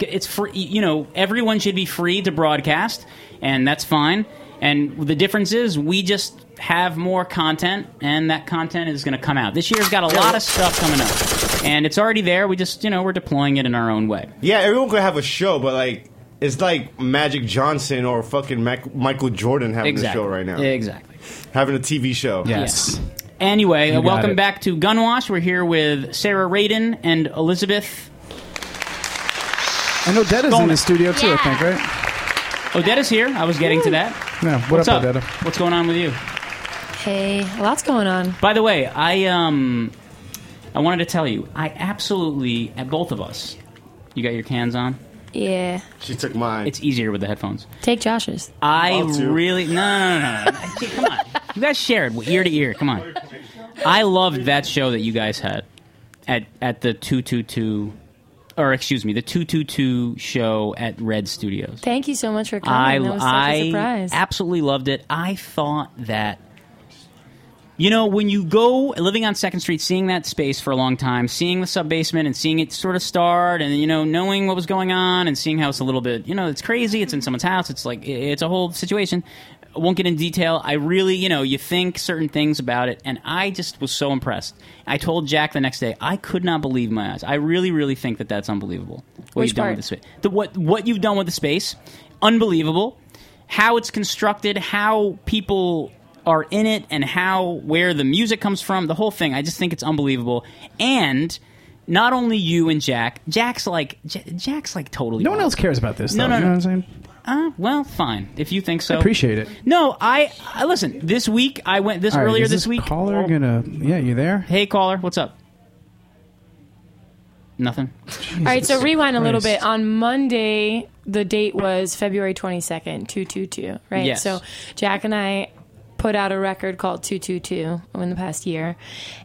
Speaker 3: It's free. You know, everyone should be free to broadcast, and that's fine. And the difference is, we just have more content, and that content is going to come out. This year's got a lot of stuff coming up, and it's already there. We just, you know, we're deploying it in our own way.
Speaker 5: Yeah, everyone could have a show, but like it's like Magic Johnson or fucking Mac- Michael Jordan having
Speaker 3: Exactly.
Speaker 5: a show right now.
Speaker 3: Exactly.
Speaker 5: Having a TV show.
Speaker 1: Yes.
Speaker 3: Anyway,
Speaker 5: You got
Speaker 3: welcome
Speaker 5: it.
Speaker 3: back to Gunwash. We're here with Sarah Radin and Elizabeth.
Speaker 1: I know Dead is in the studio too. I think right.
Speaker 3: Odetta's here. I was getting to that.
Speaker 1: Yeah. What
Speaker 3: What's
Speaker 1: up,
Speaker 3: up?
Speaker 1: Odetta?
Speaker 3: What's going on with you?
Speaker 21: Hey, lots going on.
Speaker 3: By the way, I um, I wanted to tell you, I absolutely at both of us. You got your cans on.
Speaker 21: Yeah.
Speaker 5: She took mine.
Speaker 3: It's easier with the headphones.
Speaker 21: Take Josh's.
Speaker 3: I
Speaker 21: I'll too.
Speaker 3: really no no no. no. Come on, you guys shared ear to ear. Come on. I loved that show that you guys had at at the two two two, or excuse me, the two two two show at Red Studios.
Speaker 21: Thank you so much for coming.
Speaker 3: I
Speaker 21: that was such
Speaker 3: I
Speaker 21: a surprise.
Speaker 3: absolutely loved it. I thought that you know when you go living on Second Street, seeing that space for a long time, seeing the sub basement and seeing it sort of start, and you know knowing what was going on and seeing how it's a little bit you know it's crazy. It's in someone's house. It's like i- it's a whole situation. I won't get in detail. I really, you know, you think certain things about it, and I just was so impressed. I told Jack the next day, I could not believe my eyes. I really, really think that that's unbelievable. What
Speaker 21: Which
Speaker 3: you've done
Speaker 21: part?
Speaker 3: with the space, the, what what you've done with the space, unbelievable how it's constructed, how people are in it, and how where the music comes from, the whole thing. I just think it's unbelievable. And not only you and Jack. Jack's like J- Jack's like totally.
Speaker 1: No one else cares about this.
Speaker 3: No,
Speaker 1: though,
Speaker 3: no,
Speaker 1: you
Speaker 3: no.
Speaker 1: know what I'm saying?
Speaker 3: Uh, well, fine if you think so.
Speaker 1: I appreciate it.
Speaker 3: No, I, I listen. This week I went this
Speaker 1: All right,
Speaker 3: earlier
Speaker 1: is
Speaker 3: this,
Speaker 1: this
Speaker 3: week.
Speaker 1: Caller gonna? Yeah, you there?
Speaker 3: Hey caller, what's up? Nothing.
Speaker 1: All
Speaker 21: All right, so rewind a little
Speaker 3: Christ.
Speaker 21: bit. On Monday, the date was February 22nd, 222, right?
Speaker 3: Yes.
Speaker 21: So Jack and I put out a record called 222 in the past year,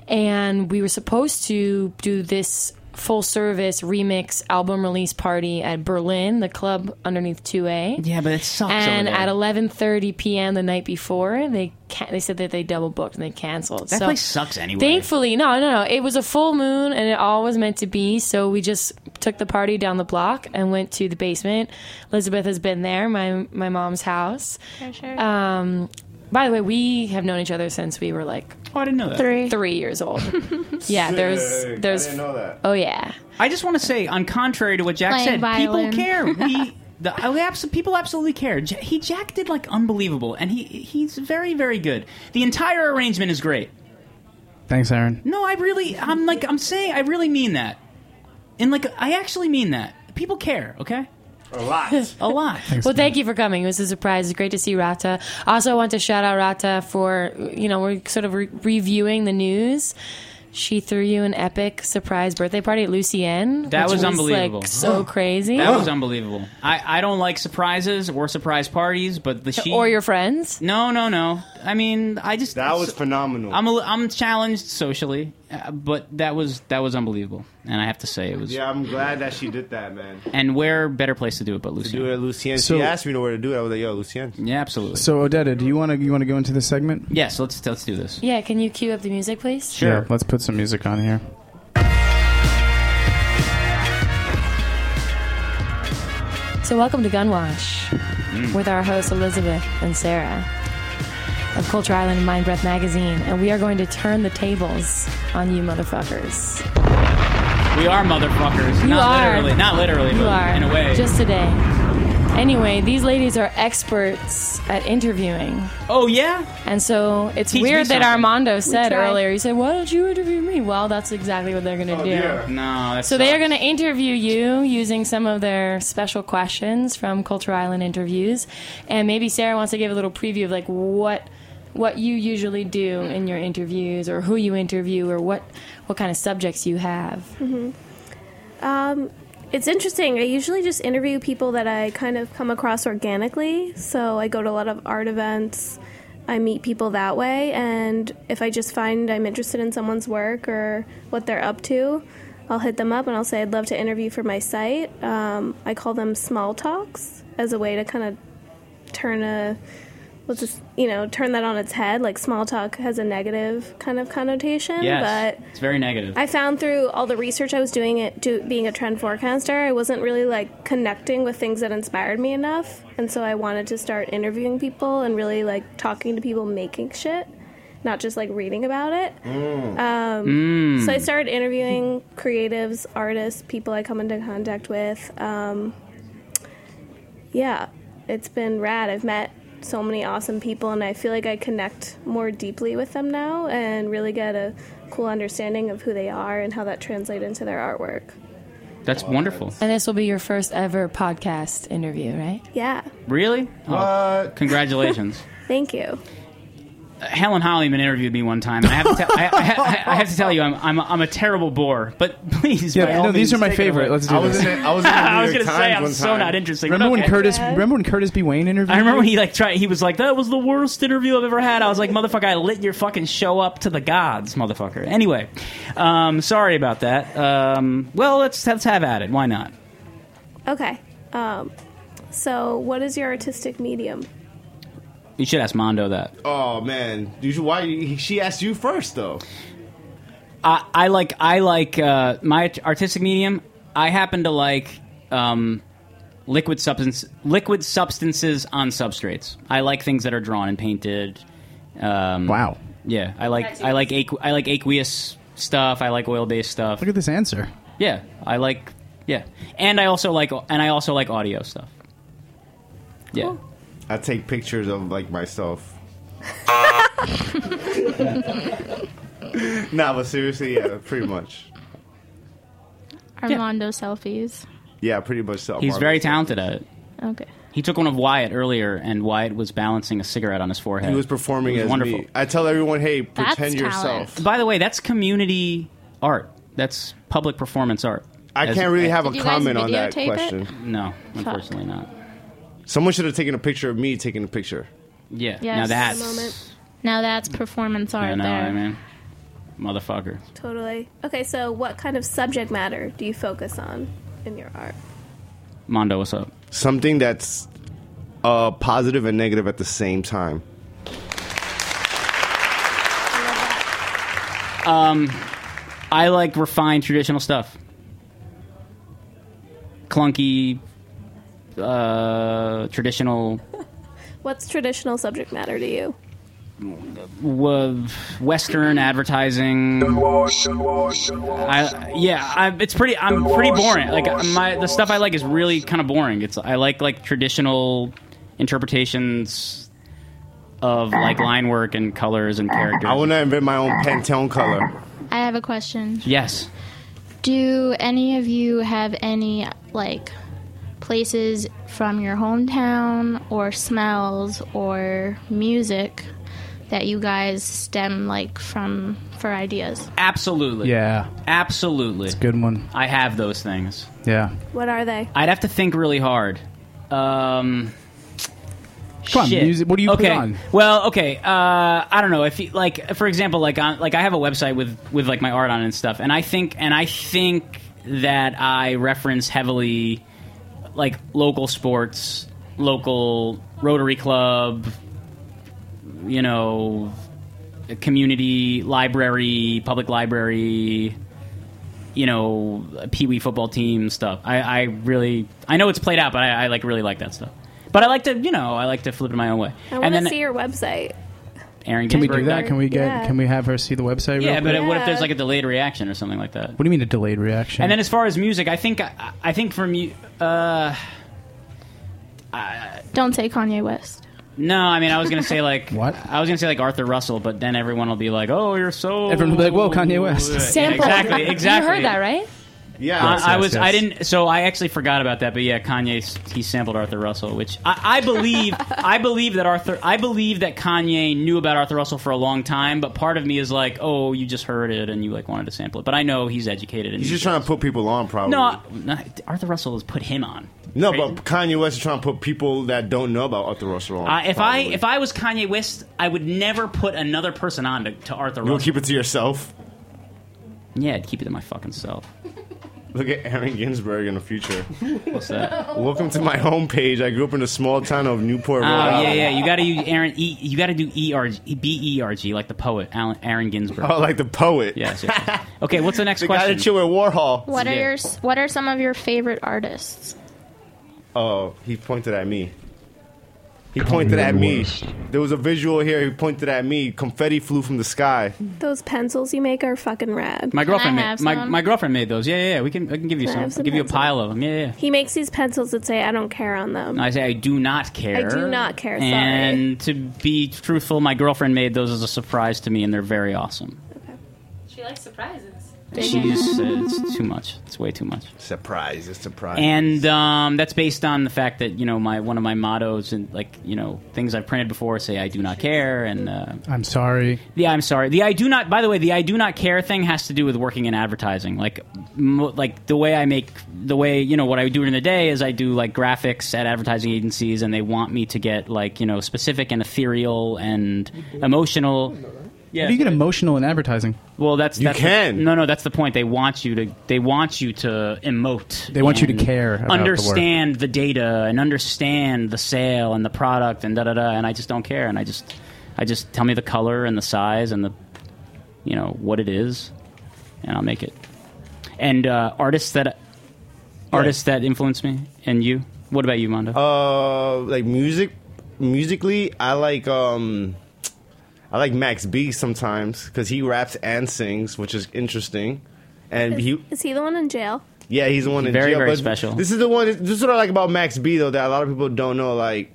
Speaker 21: and we were supposed to do this full service remix album release party at Berlin, the club underneath 2A.
Speaker 3: Yeah, but it sucks. over
Speaker 21: And
Speaker 3: there.
Speaker 21: at 11:30 p.m. the night before, they ca- they said that they double booked and they canceled.
Speaker 3: that
Speaker 21: so
Speaker 3: place sucks anyway.
Speaker 21: Thankfully, no, no, no. It was a full moon and it all was meant to be. So we just took the party down the block and went to the basement. Elizabeth has been there, my my mom's house.
Speaker 12: For sure.
Speaker 21: Um, by the way, we have known each other since we were like
Speaker 3: oh, I didn't know that.
Speaker 21: three three years old. yeah, there's
Speaker 3: Sick. I
Speaker 21: there's
Speaker 3: didn't know that.
Speaker 21: oh yeah.
Speaker 3: I just want to say, on contrary to what Jack
Speaker 21: Playing
Speaker 3: said,
Speaker 21: violin.
Speaker 3: people care. We, the, I abs- people absolutely care. Ja he Jack did like unbelievable, and he he's very very good. The entire arrangement is great.
Speaker 1: Thanks, Aaron.
Speaker 3: No, I really, I'm like, I'm saying, I really mean that, and like, I actually mean that. People care, okay?
Speaker 5: A lot.
Speaker 3: a lot.
Speaker 21: well, thank you for coming. It was a surprise. It's great to see Rata. Also, I want to shout out Rata for you know we're sort of re- reviewing the news. She threw you an epic surprise birthday party at Lucien.
Speaker 3: That
Speaker 21: which
Speaker 3: was unbelievable.
Speaker 21: Like, so crazy.
Speaker 3: That was unbelievable. I, I don't like surprises or surprise parties, but the she
Speaker 21: or your friends?
Speaker 3: No, no, no. I mean, I just that
Speaker 5: was phenomenal.
Speaker 3: I'm a, li- I'm challenged socially, uh, but that was that was unbelievable, and I have to say it was.
Speaker 5: Yeah, I'm glad that she did that, man.
Speaker 3: And where better place to do it but Lucien?
Speaker 5: Do it, at Lucien.
Speaker 1: So-
Speaker 5: she asked me where to do it. I was like, "Yo, Lucien."
Speaker 3: Yeah, absolutely.
Speaker 1: So, Odetta, do you want to you want to go into the segment?
Speaker 3: Yes, let's let's do this.
Speaker 21: Yeah, can you cue up the music, please?
Speaker 1: Yeah, let's put some music on here.
Speaker 21: So, welcome to Gunwash
Speaker 3: Mm.
Speaker 21: with our hosts Elizabeth and Sarah of Culture Island and Mind Breath Magazine, and we are going to turn the tables on you, motherfuckers.
Speaker 3: We are motherfuckers.
Speaker 21: You
Speaker 3: not
Speaker 21: are.
Speaker 3: literally, not literally,
Speaker 21: You
Speaker 3: but
Speaker 21: are.
Speaker 3: in a way.
Speaker 21: Just today. Anyway, these ladies are experts at interviewing.
Speaker 3: Oh yeah.
Speaker 21: And so it's
Speaker 3: Teach me
Speaker 21: weird that
Speaker 3: something.
Speaker 21: Armando said
Speaker 3: try.
Speaker 21: earlier. He said, "Why don't you interview me?" Well, that's exactly what they're
Speaker 5: Oh,
Speaker 21: going to
Speaker 3: Oh,
Speaker 21: do.
Speaker 3: No, that's
Speaker 21: So they are going to interview you using some of their special questions from Culture Island interviews, and maybe Sarah wants to give a little preview of like what what you usually do in your interviews, or who you interview, or what what kind of subjects you have.
Speaker 7: hmm Um, it's interesting. I usually just interview people that I kind of come across organically. So I go to a lot of art events. I meet people that way. And if I just find I'm interested in someone's work or what they're up to, I'll hit them up and I'll say I'd love to interview for my site. Um, I call them small talks as a way to kind of turn a let's just you know turn that on its head like small talk has a negative kind of connotation
Speaker 3: Yes,
Speaker 7: but
Speaker 3: it's very negative.
Speaker 7: I found through all the research I was doing it do, being a trend forecaster, I wasn't really like connecting with things that inspired me enough, and so I wanted to start interviewing people and really like talking to people making shit, not just like reading about it. Um,
Speaker 12: Mm.
Speaker 7: So I started interviewing creatives, artists, people I come into contact with. Um, yeah, it's been rad. I've met so many awesome people, and I feel like I connect more deeply with them now and really get a cool understanding of who they are and how that translates into their artwork.
Speaker 3: That's wonderful.
Speaker 21: And this will be your first ever podcast interview, right?
Speaker 7: Yeah,
Speaker 3: Really? Oh, congratulations.
Speaker 7: thank you.
Speaker 3: Helen Hollyman interviewed me one time. And I have to, tell I, I, I have to tell you, I'm, I'm, a, I'm a terrible bore. But please,
Speaker 1: Yeah,
Speaker 3: by all
Speaker 1: no, these
Speaker 3: means,
Speaker 1: are my
Speaker 3: take it away.
Speaker 1: favorite. Let's do this.
Speaker 3: I was gonna say I'm so not interesting. but
Speaker 1: Remember when
Speaker 3: okay.
Speaker 1: Curtis? Remember when Curtis B. Wayne interviewed?
Speaker 3: I remember when
Speaker 1: you?
Speaker 3: he like tried. He was like, "That was the worst interview I've ever had." I was like, "Motherfucker, I lit your fucking show up to the gods, motherfucker." Anyway, um, sorry about that. Um, well, let's let's have at it. Why not?
Speaker 7: Okay, um, so what is your artistic medium?
Speaker 3: You should ask Mondo that.
Speaker 5: Oh man, you should, why he- she asked you first though?
Speaker 3: I, I like I like uh, my artistic medium. I happen to like um, liquid substance liquid substances on substrates. I like things that are drawn and painted. Um,
Speaker 1: wow.
Speaker 3: Yeah, I like I like aqu- I like aqueous stuff. I like oil based stuff.
Speaker 1: Look at this answer.
Speaker 3: Yeah, I like yeah, and I also like and I also like audio stuff. Yeah.
Speaker 5: I take pictures of like myself. nah, but seriously, yeah, pretty much.
Speaker 8: Armando selfies.
Speaker 5: Yeah, pretty much. So.
Speaker 3: He's very talented at it.
Speaker 8: Okay.
Speaker 3: He took one of Wyatt earlier, and Wyatt was balancing a cigarette on his forehead.
Speaker 5: He was performing
Speaker 3: It was
Speaker 5: as
Speaker 3: wonderful.
Speaker 5: me. I tell everyone, hey,
Speaker 8: That's
Speaker 5: pretend yourself.
Speaker 3: By the way, that's community art. That's public performance art.
Speaker 5: I
Speaker 3: As-
Speaker 5: can't really have a
Speaker 8: Did you guys
Speaker 5: comment on that
Speaker 8: videotape it?
Speaker 5: question.
Speaker 3: No, unfortunately not.
Speaker 5: Someone should have taken a picture of me taking a picture.
Speaker 3: Yeah.
Speaker 8: Yes.
Speaker 3: Now that's
Speaker 7: moment.
Speaker 8: Now that's performance art
Speaker 3: I know what
Speaker 8: there.
Speaker 3: I mean. Motherfucker.
Speaker 7: Totally. Okay, so what kind of subject matter do you focus on in your art?
Speaker 3: Mondo, what's up?
Speaker 5: Something that's uh, positive and negative at the same time.
Speaker 3: Um, I like refined traditional stuff. Clunky, uh, traditional,
Speaker 7: What's traditional subject matter to you?
Speaker 3: w- uh, Western advertising.
Speaker 20: uh,
Speaker 3: I, yeah, I, it's pretty. I'm pretty boring. Like my the stuff I like is really kind of boring. It's I like like traditional interpretations of like line work and colors and characters.
Speaker 5: I want to invent my own Pantone color.
Speaker 8: I have a question.
Speaker 3: Yes.
Speaker 8: Do any of you have any like places from your hometown or smells or music that you guys stem like from for ideas?
Speaker 3: Absolutely.
Speaker 1: Yeah.
Speaker 3: Absolutely. It's a
Speaker 1: good one.
Speaker 3: I have those things.
Speaker 1: Yeah.
Speaker 7: What are they?
Speaker 3: I'd have to think really hard. Um,
Speaker 1: Come on,
Speaker 3: shit.
Speaker 1: music- what do you put
Speaker 3: okay.
Speaker 1: on?
Speaker 3: Well, okay. Uh, I don't know if you, like for example, like on, like I have a website with with like my art on it and stuff, and I think and I think that I reference heavily like local sports, local Rotary Club, you know, community library, public library, you know, Pee Wee football team stuff. I, I really, I know it's played out, but I, I like really like that stuff. But I like to, you know, I like to flip it my own way.
Speaker 7: I
Speaker 3: and
Speaker 7: want to
Speaker 3: then
Speaker 7: see your website.
Speaker 3: Aaron
Speaker 1: Can we do
Speaker 3: Ginsberg
Speaker 1: that?
Speaker 3: back-
Speaker 1: Can we get?
Speaker 7: Yeah.
Speaker 1: Can we have her see the website? real
Speaker 3: yeah, but
Speaker 1: quick?
Speaker 3: what if there's like a delayed reaction or something like that?
Speaker 1: What do you mean a delayed reaction?
Speaker 3: And then as far as music, I think, I, I think from you, uh,
Speaker 8: Don't say Kanye West.
Speaker 3: no, I mean, I was gonna say like what? I was gonna say like Arthur Russell, but then everyone will be like, oh, you're so.
Speaker 1: Everyone will be like, whoa, Kanye West.
Speaker 3: Yeah,
Speaker 1: Sample.
Speaker 3: Exactly, exactly.
Speaker 21: You heard that, right?
Speaker 5: Yeah,
Speaker 3: I,
Speaker 1: Yes,
Speaker 3: I
Speaker 1: yes,
Speaker 3: was.
Speaker 1: yes.
Speaker 3: I didn't. So I actually forgot about that. But yeah, Kanye. s- He sampled Arthur Russell, which I, I believe. I believe that Arthur. I believe that Kanye knew about Arthur Russell for a long time. But part of me is like, oh, you just heard it and you like wanted to sample it. But I know he's educated. And
Speaker 5: He's
Speaker 3: he-
Speaker 5: just trying to put people on, probably.
Speaker 3: no, I- no, Arthur Russell has put him on.
Speaker 5: No, but Kanye West is trying to put people that don't know about Arthur Russell on.
Speaker 3: I if I
Speaker 5: Oh, probably.
Speaker 3: if I was Kanye West, I would never put another person on to, to Arthur
Speaker 5: you'll
Speaker 3: Russell.
Speaker 5: keep it to yourself.
Speaker 3: yeah, I'd keep it to my fucking self.
Speaker 5: Look at Aaron Ginsberg in the future.
Speaker 3: What's that?
Speaker 5: Welcome to my homepage. I grew up in a small town of Newport,
Speaker 3: Oh
Speaker 5: Rhode
Speaker 3: yeah,
Speaker 5: Island.
Speaker 3: yeah. You got to use Aaron. E, you got to do E R G B E R G like the poet Alan, Aaron Ginsberg.
Speaker 5: Oh, like the poet.
Speaker 3: Yes. yes, yes. okay. What's the next
Speaker 5: The guy
Speaker 3: question?
Speaker 5: that chill at Warhol.
Speaker 8: What are your s- What are some of your favorite artists?
Speaker 5: Oh, he pointed at me. He pointed at me. There was a visual here. He pointed at me. Confetti flew from the sky.
Speaker 7: Those pencils you make are fucking rad.
Speaker 3: my girlfriend
Speaker 7: I have
Speaker 3: made my,
Speaker 7: some?
Speaker 3: my girlfriend made those. Yeah, yeah. yeah. We can I can give you
Speaker 7: Can I
Speaker 3: some.
Speaker 7: have some
Speaker 3: give you a
Speaker 7: pencil?
Speaker 3: pile of them. Yeah, yeah.
Speaker 7: He makes these pencils that say, I don't care on them.
Speaker 3: And I say I do not care.
Speaker 7: I do not care, sorry.
Speaker 3: And to be truthful, my girlfriend made those as a surprise to me, and they're very awesome.
Speaker 21: She likes surprises.
Speaker 3: She's uh, it's too much. It's way too much.
Speaker 5: Surprise! It's surprise.
Speaker 3: And um, that's based on the fact that you know my one of my mottos and like you know things I've printed before say I do not care and uh,
Speaker 1: I'm sorry.
Speaker 3: Yeah, I'm sorry. The I do not. By the way, the I do not care thing has to do with working in advertising. Like, mo- like the way I make the way you know what I do during the day is I do like graphics at advertising agencies, and they want me to get like you know specific and ethereal and emotional.
Speaker 1: How do you get emotional in advertising?
Speaker 3: Well, that's
Speaker 1: You
Speaker 3: that's
Speaker 1: can.
Speaker 3: no, no, that's the point. They want you to. They want you to emote.
Speaker 1: They want you to
Speaker 3: and
Speaker 1: care about the
Speaker 3: Mm.
Speaker 1: work.
Speaker 3: understand the data and understand the sale and the product and da da da. And I just don't care. And I just, I just tell me the color and the size and the, you know, what it is, and I'll make it. And uh, artists that, artists that influence me and you. What about you, Mondo?
Speaker 5: Uh, like music, musically, I like um, I like Max B sometimes because he raps and sings, which is interesting. And he,
Speaker 7: Is he the one in jail?
Speaker 5: yeah, he's the one in
Speaker 3: Very,
Speaker 5: jail.
Speaker 3: very
Speaker 5: but
Speaker 3: special.
Speaker 5: This is the one. This is what I like about Max B though that a lot of people don't know. Like,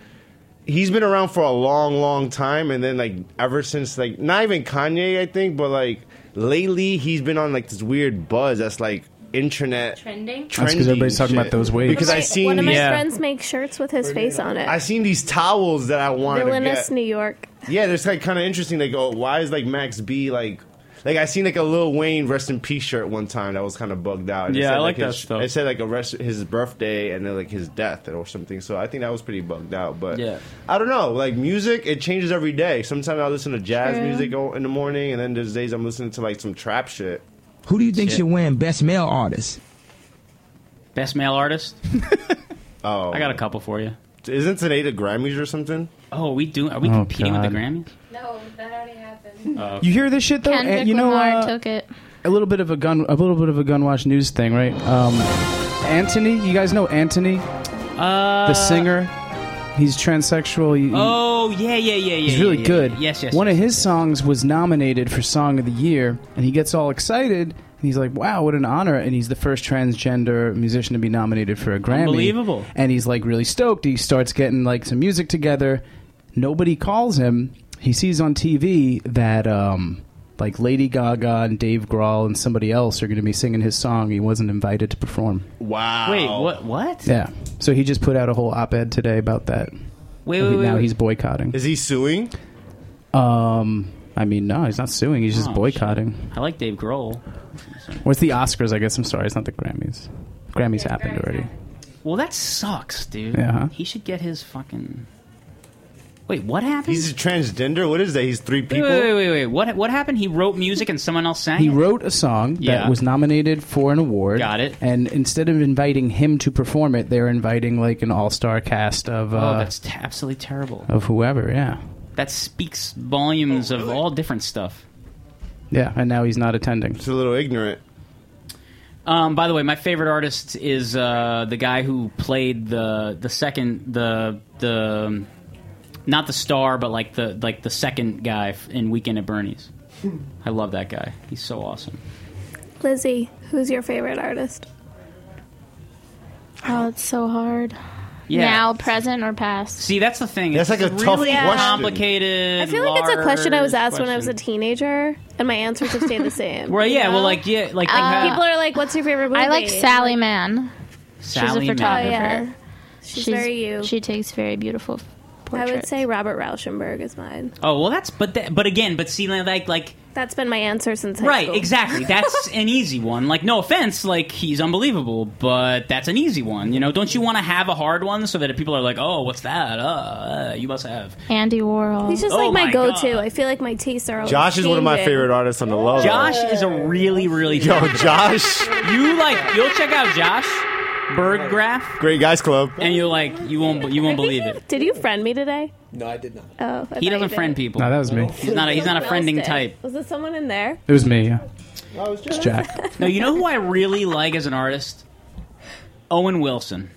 Speaker 5: he's been around for a long, long time, and then like ever since like not even Kanye, I think, but like lately he's been on like this weird buzz that's like internet
Speaker 7: Trending?
Speaker 1: That's 'cause everybody's talking about those waves.
Speaker 5: Because I seen
Speaker 7: one of my
Speaker 5: these-
Speaker 7: friends make shirts with his face on it.
Speaker 5: I seen these towels that I wanted to
Speaker 7: Villainous,
Speaker 5: get.
Speaker 7: New York.
Speaker 5: Yeah, there's like kind of interesting. Like, oh, why is like Max B like? Like I seen like a Lil Wayne rest in peace shirt one time that was kind of bugged out. It
Speaker 4: Yeah, I like that
Speaker 5: his,
Speaker 4: stuff.
Speaker 5: It said like a rest his birthday and then like his death or something. So I think that was pretty bugged out. But
Speaker 4: Yeah.
Speaker 5: I don't know. Like music, it changes every day. Sometimes I listen to jazz
Speaker 20: True.
Speaker 5: music o- in the morning, and then there's days I'm listening to like some trap shit.
Speaker 20: Who do you think
Speaker 5: Shit.
Speaker 20: should win Best Male Artist?
Speaker 3: Best male artist?
Speaker 5: Oh, I
Speaker 3: got a couple for you.
Speaker 5: Isn't today the Grammys or something?
Speaker 3: Oh, we do. Are we
Speaker 5: Oh,
Speaker 3: competing with the
Speaker 5: God.
Speaker 3: Grammys?
Speaker 8: No, that already happened.
Speaker 3: Oh.
Speaker 1: You hear this shit though?
Speaker 8: Kendrick
Speaker 1: And you know,
Speaker 8: Lamar
Speaker 1: uh,
Speaker 8: took it.
Speaker 1: a little bit of a gun, a little bit of a gun wash news thing, right? Um, Anthony, you guys know Anthony,
Speaker 3: Uh,
Speaker 1: the singer. He's transsexual. He-
Speaker 3: Oh yeah, yeah, yeah, yeah.
Speaker 1: He's really
Speaker 3: yeah, yeah,
Speaker 1: good.
Speaker 3: yeah. Yes, yes.
Speaker 1: One
Speaker 3: yes.
Speaker 1: of his songs was nominated for Song of the Year, and he gets all excited. And he's like, "Wow, what an honor!" And he's the first transgender musician to be nominated for a Grammy.
Speaker 3: Unbelievable.
Speaker 1: And he's like really stoked. He starts getting like some music together. Nobody calls him. He sees on TV that um, like Lady Gaga and Dave Grohl and somebody else are going to be singing his song. He wasn't invited to perform.
Speaker 5: Wow.
Speaker 3: Wait, what? What?
Speaker 1: Yeah. So he just put out a whole op-ed today about that.
Speaker 3: Wait,
Speaker 1: And
Speaker 3: wait,
Speaker 1: he-
Speaker 3: wait,
Speaker 1: now
Speaker 3: wait.
Speaker 1: he's boycotting.
Speaker 5: Is he suing?
Speaker 1: Um, I mean, no, he's not suing. He's just
Speaker 3: Oh,
Speaker 1: boycotting.
Speaker 3: I like Dave Grohl.
Speaker 1: Or it's the Oscars, I guess. I'm sorry, it's not the Grammys. Grammys happened already.
Speaker 3: Well, that sucks, dude.
Speaker 1: Yeah, huh?
Speaker 3: He should get his fucking. Wait, what happened?
Speaker 5: He's a transgender. What is that? He's three
Speaker 3: Wait,
Speaker 5: people.
Speaker 3: wait, wait, wait, wait. What? What happened? He wrote music and someone else sang.
Speaker 1: He
Speaker 3: it?
Speaker 1: wrote a song
Speaker 3: Yeah.
Speaker 1: that was nominated for an award. Got it. And instead of inviting him to perform it, they're inviting like an all-star cast of uh,
Speaker 3: oh, that's t- absolutely terrible.
Speaker 1: of whoever. Yeah,
Speaker 3: That speaks volumes
Speaker 5: Oh,
Speaker 3: of all different stuff.
Speaker 1: yeah. And now he's not attending. It's
Speaker 5: a little ignorant.
Speaker 3: Um, by the way, my favorite artist is uh, the guy who played the the second the the um, not the star, but like the like the second guy f- in Weekend at Bernie's. I love that guy. He's so awesome.
Speaker 7: Lizzie, who's your favorite artist?
Speaker 8: Oh, it's so hard.
Speaker 3: Yeah.
Speaker 8: Now, present or past?
Speaker 3: See, that's the thing.
Speaker 5: That's
Speaker 3: It's
Speaker 5: like a
Speaker 3: really
Speaker 5: tough question.
Speaker 3: complicated.
Speaker 7: I feel like it's a question I was
Speaker 3: large
Speaker 7: asked when I was a
Speaker 3: question.
Speaker 7: teenager, and my answers have stayed the same.
Speaker 3: Well, yeah.
Speaker 7: you know? Um,
Speaker 3: Well, like yeah, like uh, think about-
Speaker 7: people are like, "What's your favorite movie?"
Speaker 8: Uh, I like Sally Mann.
Speaker 3: Sally
Speaker 8: She's a
Speaker 3: Mann.
Speaker 8: photographer.
Speaker 3: Oh, yeah.
Speaker 7: She's very you.
Speaker 8: She takes very beautiful
Speaker 7: I
Speaker 8: portraits.
Speaker 7: would say Robert Rauschenberg is mine.
Speaker 3: Oh well, that's but that, but again, but see, like like
Speaker 7: That's been my answer since high
Speaker 3: right,
Speaker 7: school.
Speaker 3: exactly. That's an easy one. Like no offense, like he's unbelievable, but that's an easy one. You know, don't you want to have a hard one so that if people are like, oh, what's that? Uh, uh, you must have.
Speaker 8: Andy Warhol.
Speaker 7: He's just
Speaker 3: Oh
Speaker 7: like my,
Speaker 3: my
Speaker 7: go-to. I feel like my tastes are. always
Speaker 5: Josh is one of my
Speaker 7: changing.
Speaker 5: favorite artists on the low.
Speaker 3: Josh is a really really
Speaker 5: Oh. Yo, Josh.
Speaker 3: you like you'll check out Josh Berggraf
Speaker 5: Great guys club.
Speaker 3: and you're like you won't you won't believe it.
Speaker 7: Did you friend me today?
Speaker 14: No, I did not.
Speaker 7: Oh, I
Speaker 3: He
Speaker 7: thought you
Speaker 3: doesn't
Speaker 7: did.
Speaker 3: friend people.
Speaker 1: No, that was me.
Speaker 3: He's not a, he's not a
Speaker 7: Someone else
Speaker 3: friending
Speaker 7: did.
Speaker 3: type.
Speaker 7: Was there someone in there?
Speaker 1: It was me. Yeah.
Speaker 7: I was
Speaker 1: It's Jack.
Speaker 3: No, you know who I really like as an artist? Owen Wilson.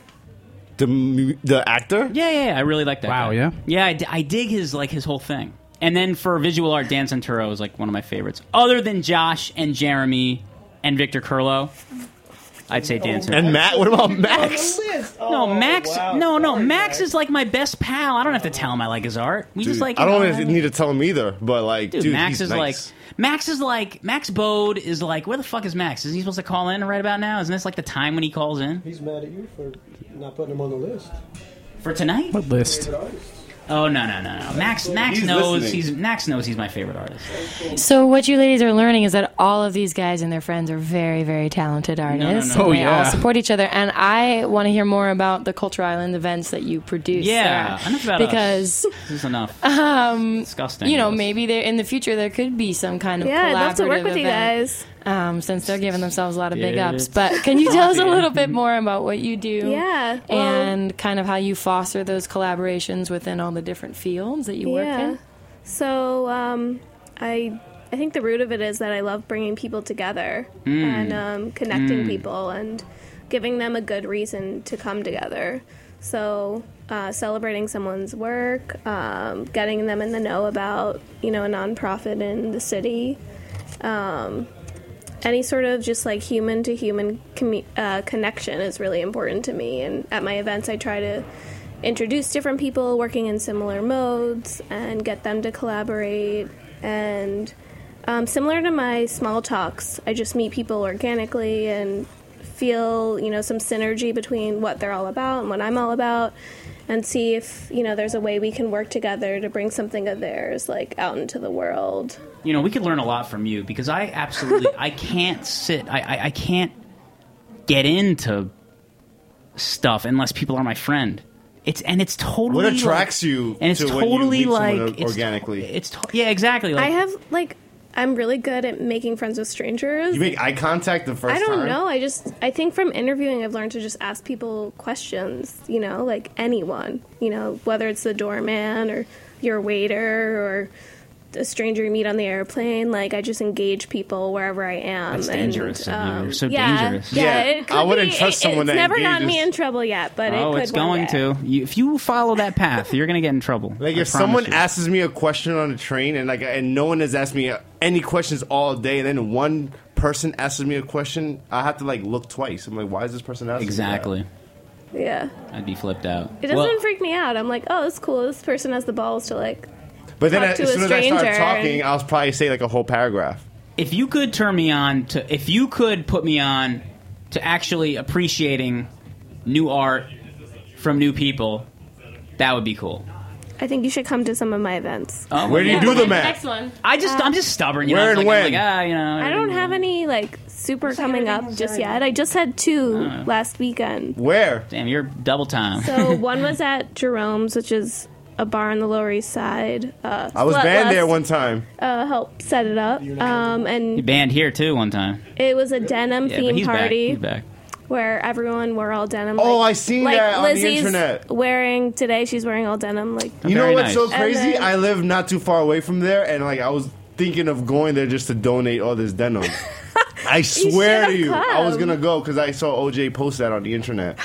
Speaker 5: The mu- the actor?
Speaker 3: Yeah, yeah, yeah. I really like that. Wow,
Speaker 1: yeah.
Speaker 3: Yeah, I, d- I dig his like his whole thing. And then for visual art, Dan Santoro is like one of my favorites. Other than Josh and Jeremy and Victor Curlo, I'd say Dan Santoro.
Speaker 5: And Matt? What about Max?
Speaker 3: No, Max. no, no, Max is like my best pal. I don't have to tell him I like his art. We
Speaker 5: Dude,
Speaker 3: just like.
Speaker 5: I don't
Speaker 3: you know,
Speaker 5: even need to tell him either, but like,
Speaker 3: Dude,
Speaker 5: dude,
Speaker 3: Max
Speaker 5: he's
Speaker 3: is
Speaker 5: nice.
Speaker 3: like Max is like Max Bode is like where the fuck is Max? Isn't he supposed to call in right about now? Isn't this like the time when he calls in
Speaker 6: He's mad at you for not putting him on the list.
Speaker 3: for tonight?
Speaker 1: What list?
Speaker 3: Oh no no no no! Max Max
Speaker 6: He's
Speaker 3: knows
Speaker 6: listening.
Speaker 3: he's Max knows he's my favorite artist.
Speaker 21: So what you ladies are learning is that all of these guys and their friends are very, very talented artists.
Speaker 3: no.
Speaker 21: and
Speaker 3: Oh,
Speaker 21: they
Speaker 3: yeah.
Speaker 21: all support each other. And I want to hear more about the Culture Island events that you produce.
Speaker 3: Yeah,
Speaker 21: Sarah.
Speaker 3: enough about
Speaker 21: uh, because
Speaker 3: us. this is enough.
Speaker 21: um,
Speaker 3: Disgusting.
Speaker 21: you know
Speaker 3: Us.
Speaker 21: maybe there in the future there could be some kind of
Speaker 7: Yeah,
Speaker 21: collaborative
Speaker 7: I'd love to work with you
Speaker 21: event, Um, since they're giving themselves a lot of big ups,
Speaker 7: Bitch.
Speaker 21: but can you tell us a little bit more about what you do?
Speaker 7: Yeah, well-
Speaker 21: and kind of how you foster those collaborations within all the different fields that you work in.
Speaker 7: So um, I I think the root of it is that I love bringing people together
Speaker 21: Mm.
Speaker 7: and um, connecting
Speaker 21: Mm.
Speaker 7: people and giving them a good reason to come together. So uh, celebrating someone's work, um, getting them in the know about you know a nonprofit in the city. Um, any sort of just like human to human connection is really important to me. And at my events, I try to introduce different people working in similar modes and get them to collaborate. And um, similar to my small talks, I just meet people organically and feel you know some synergy between what they're all about and what I'm all about, and see if you know there's a way we can work together to bring something of theirs like out into the world.
Speaker 3: You know, we could learn a lot from you because I absolutely I can't sit I, I, I can't get into stuff unless people are my friend. It's and it's totally
Speaker 5: What
Speaker 3: like-
Speaker 5: attracts you
Speaker 3: and it's
Speaker 5: to when you
Speaker 3: totally
Speaker 5: meet someone
Speaker 3: like it's
Speaker 5: organically?
Speaker 3: it's to- yeah exactly. Like,
Speaker 7: I have like I'm really good at making friends with strangers.
Speaker 5: You make eye contact the first
Speaker 7: I don't
Speaker 5: time?
Speaker 7: know. I just I think from interviewing I've learned to just ask people questions, you know, like anyone, you know, whether it's the doorman or your waiter or a stranger you meet on the airplane, like I just engage people wherever I am.
Speaker 3: That's
Speaker 7: and, um,
Speaker 3: dangerous of you. You're so
Speaker 7: yeah,
Speaker 3: dangerous.
Speaker 7: Yeah,
Speaker 3: Yeah,
Speaker 7: it could
Speaker 3: I wouldn't
Speaker 7: be-
Speaker 3: trust
Speaker 7: it-
Speaker 3: someone
Speaker 7: It's
Speaker 3: that
Speaker 7: never gotten me
Speaker 3: engages.
Speaker 7: in trouble yet, but
Speaker 3: oh,
Speaker 7: it could
Speaker 3: it's
Speaker 7: one
Speaker 3: going
Speaker 7: day.
Speaker 3: to. You, if you follow that path, you're gonna get in trouble.
Speaker 5: Like if someone asks me a question on a train and like and no one has asked me uh, any questions all day, and then one person asks me a question, I have to like look twice. I'm like, why is this person asking? me that?
Speaker 3: exactly,
Speaker 7: Yeah.
Speaker 3: I'd be flipped out.
Speaker 7: It doesn't freak me out. I'm like, oh, that's cool. This person has the balls to like.
Speaker 5: But then
Speaker 7: talk
Speaker 5: as
Speaker 7: to a
Speaker 5: soon as I
Speaker 7: stranger
Speaker 5: start
Speaker 7: and-
Speaker 5: talking, I'll probably say like a whole paragraph.
Speaker 3: if you could turn me on to if you could put me on to actually appreciating new art from new people that would be cool
Speaker 7: I think you should come to some of my events.
Speaker 5: Where do you do them at?
Speaker 7: one.
Speaker 3: Oh, I just I'm just stubborn. You
Speaker 5: Where
Speaker 3: know,
Speaker 5: and
Speaker 3: it's like, I'm
Speaker 5: when?
Speaker 3: like, ah, you know,
Speaker 7: I don't have any like super coming up just yet. I just had two
Speaker 3: Uh.
Speaker 7: last weekend.
Speaker 5: Where?
Speaker 3: Damn, you're double time.
Speaker 7: So one was at Jerome's, which is a bar on the Lower East Side. Uh,
Speaker 3: I was
Speaker 7: Slut
Speaker 3: banned
Speaker 7: Lust,
Speaker 3: there
Speaker 5: one time.
Speaker 7: Uh, helped set it up, um,
Speaker 3: you
Speaker 7: and
Speaker 3: banned here too one time.
Speaker 7: it was a denim
Speaker 3: Yeah, but
Speaker 7: theme
Speaker 3: he's
Speaker 7: party.
Speaker 3: back. He's back.
Speaker 7: Where everyone wore all denim.
Speaker 5: Oh,
Speaker 7: like,
Speaker 5: I seen
Speaker 7: like
Speaker 5: that on the
Speaker 7: Lizzie's
Speaker 5: internet.
Speaker 7: Wearing today, she's wearing all denim. Like
Speaker 5: You know what's so
Speaker 7: And
Speaker 5: crazy?
Speaker 7: then-
Speaker 5: I live not too far away from there, and like I was thinking of going there just to donate all this denim. I swear to
Speaker 7: should've
Speaker 5: you, I was
Speaker 7: come.
Speaker 5: gonna go because I saw OJ post that on the internet.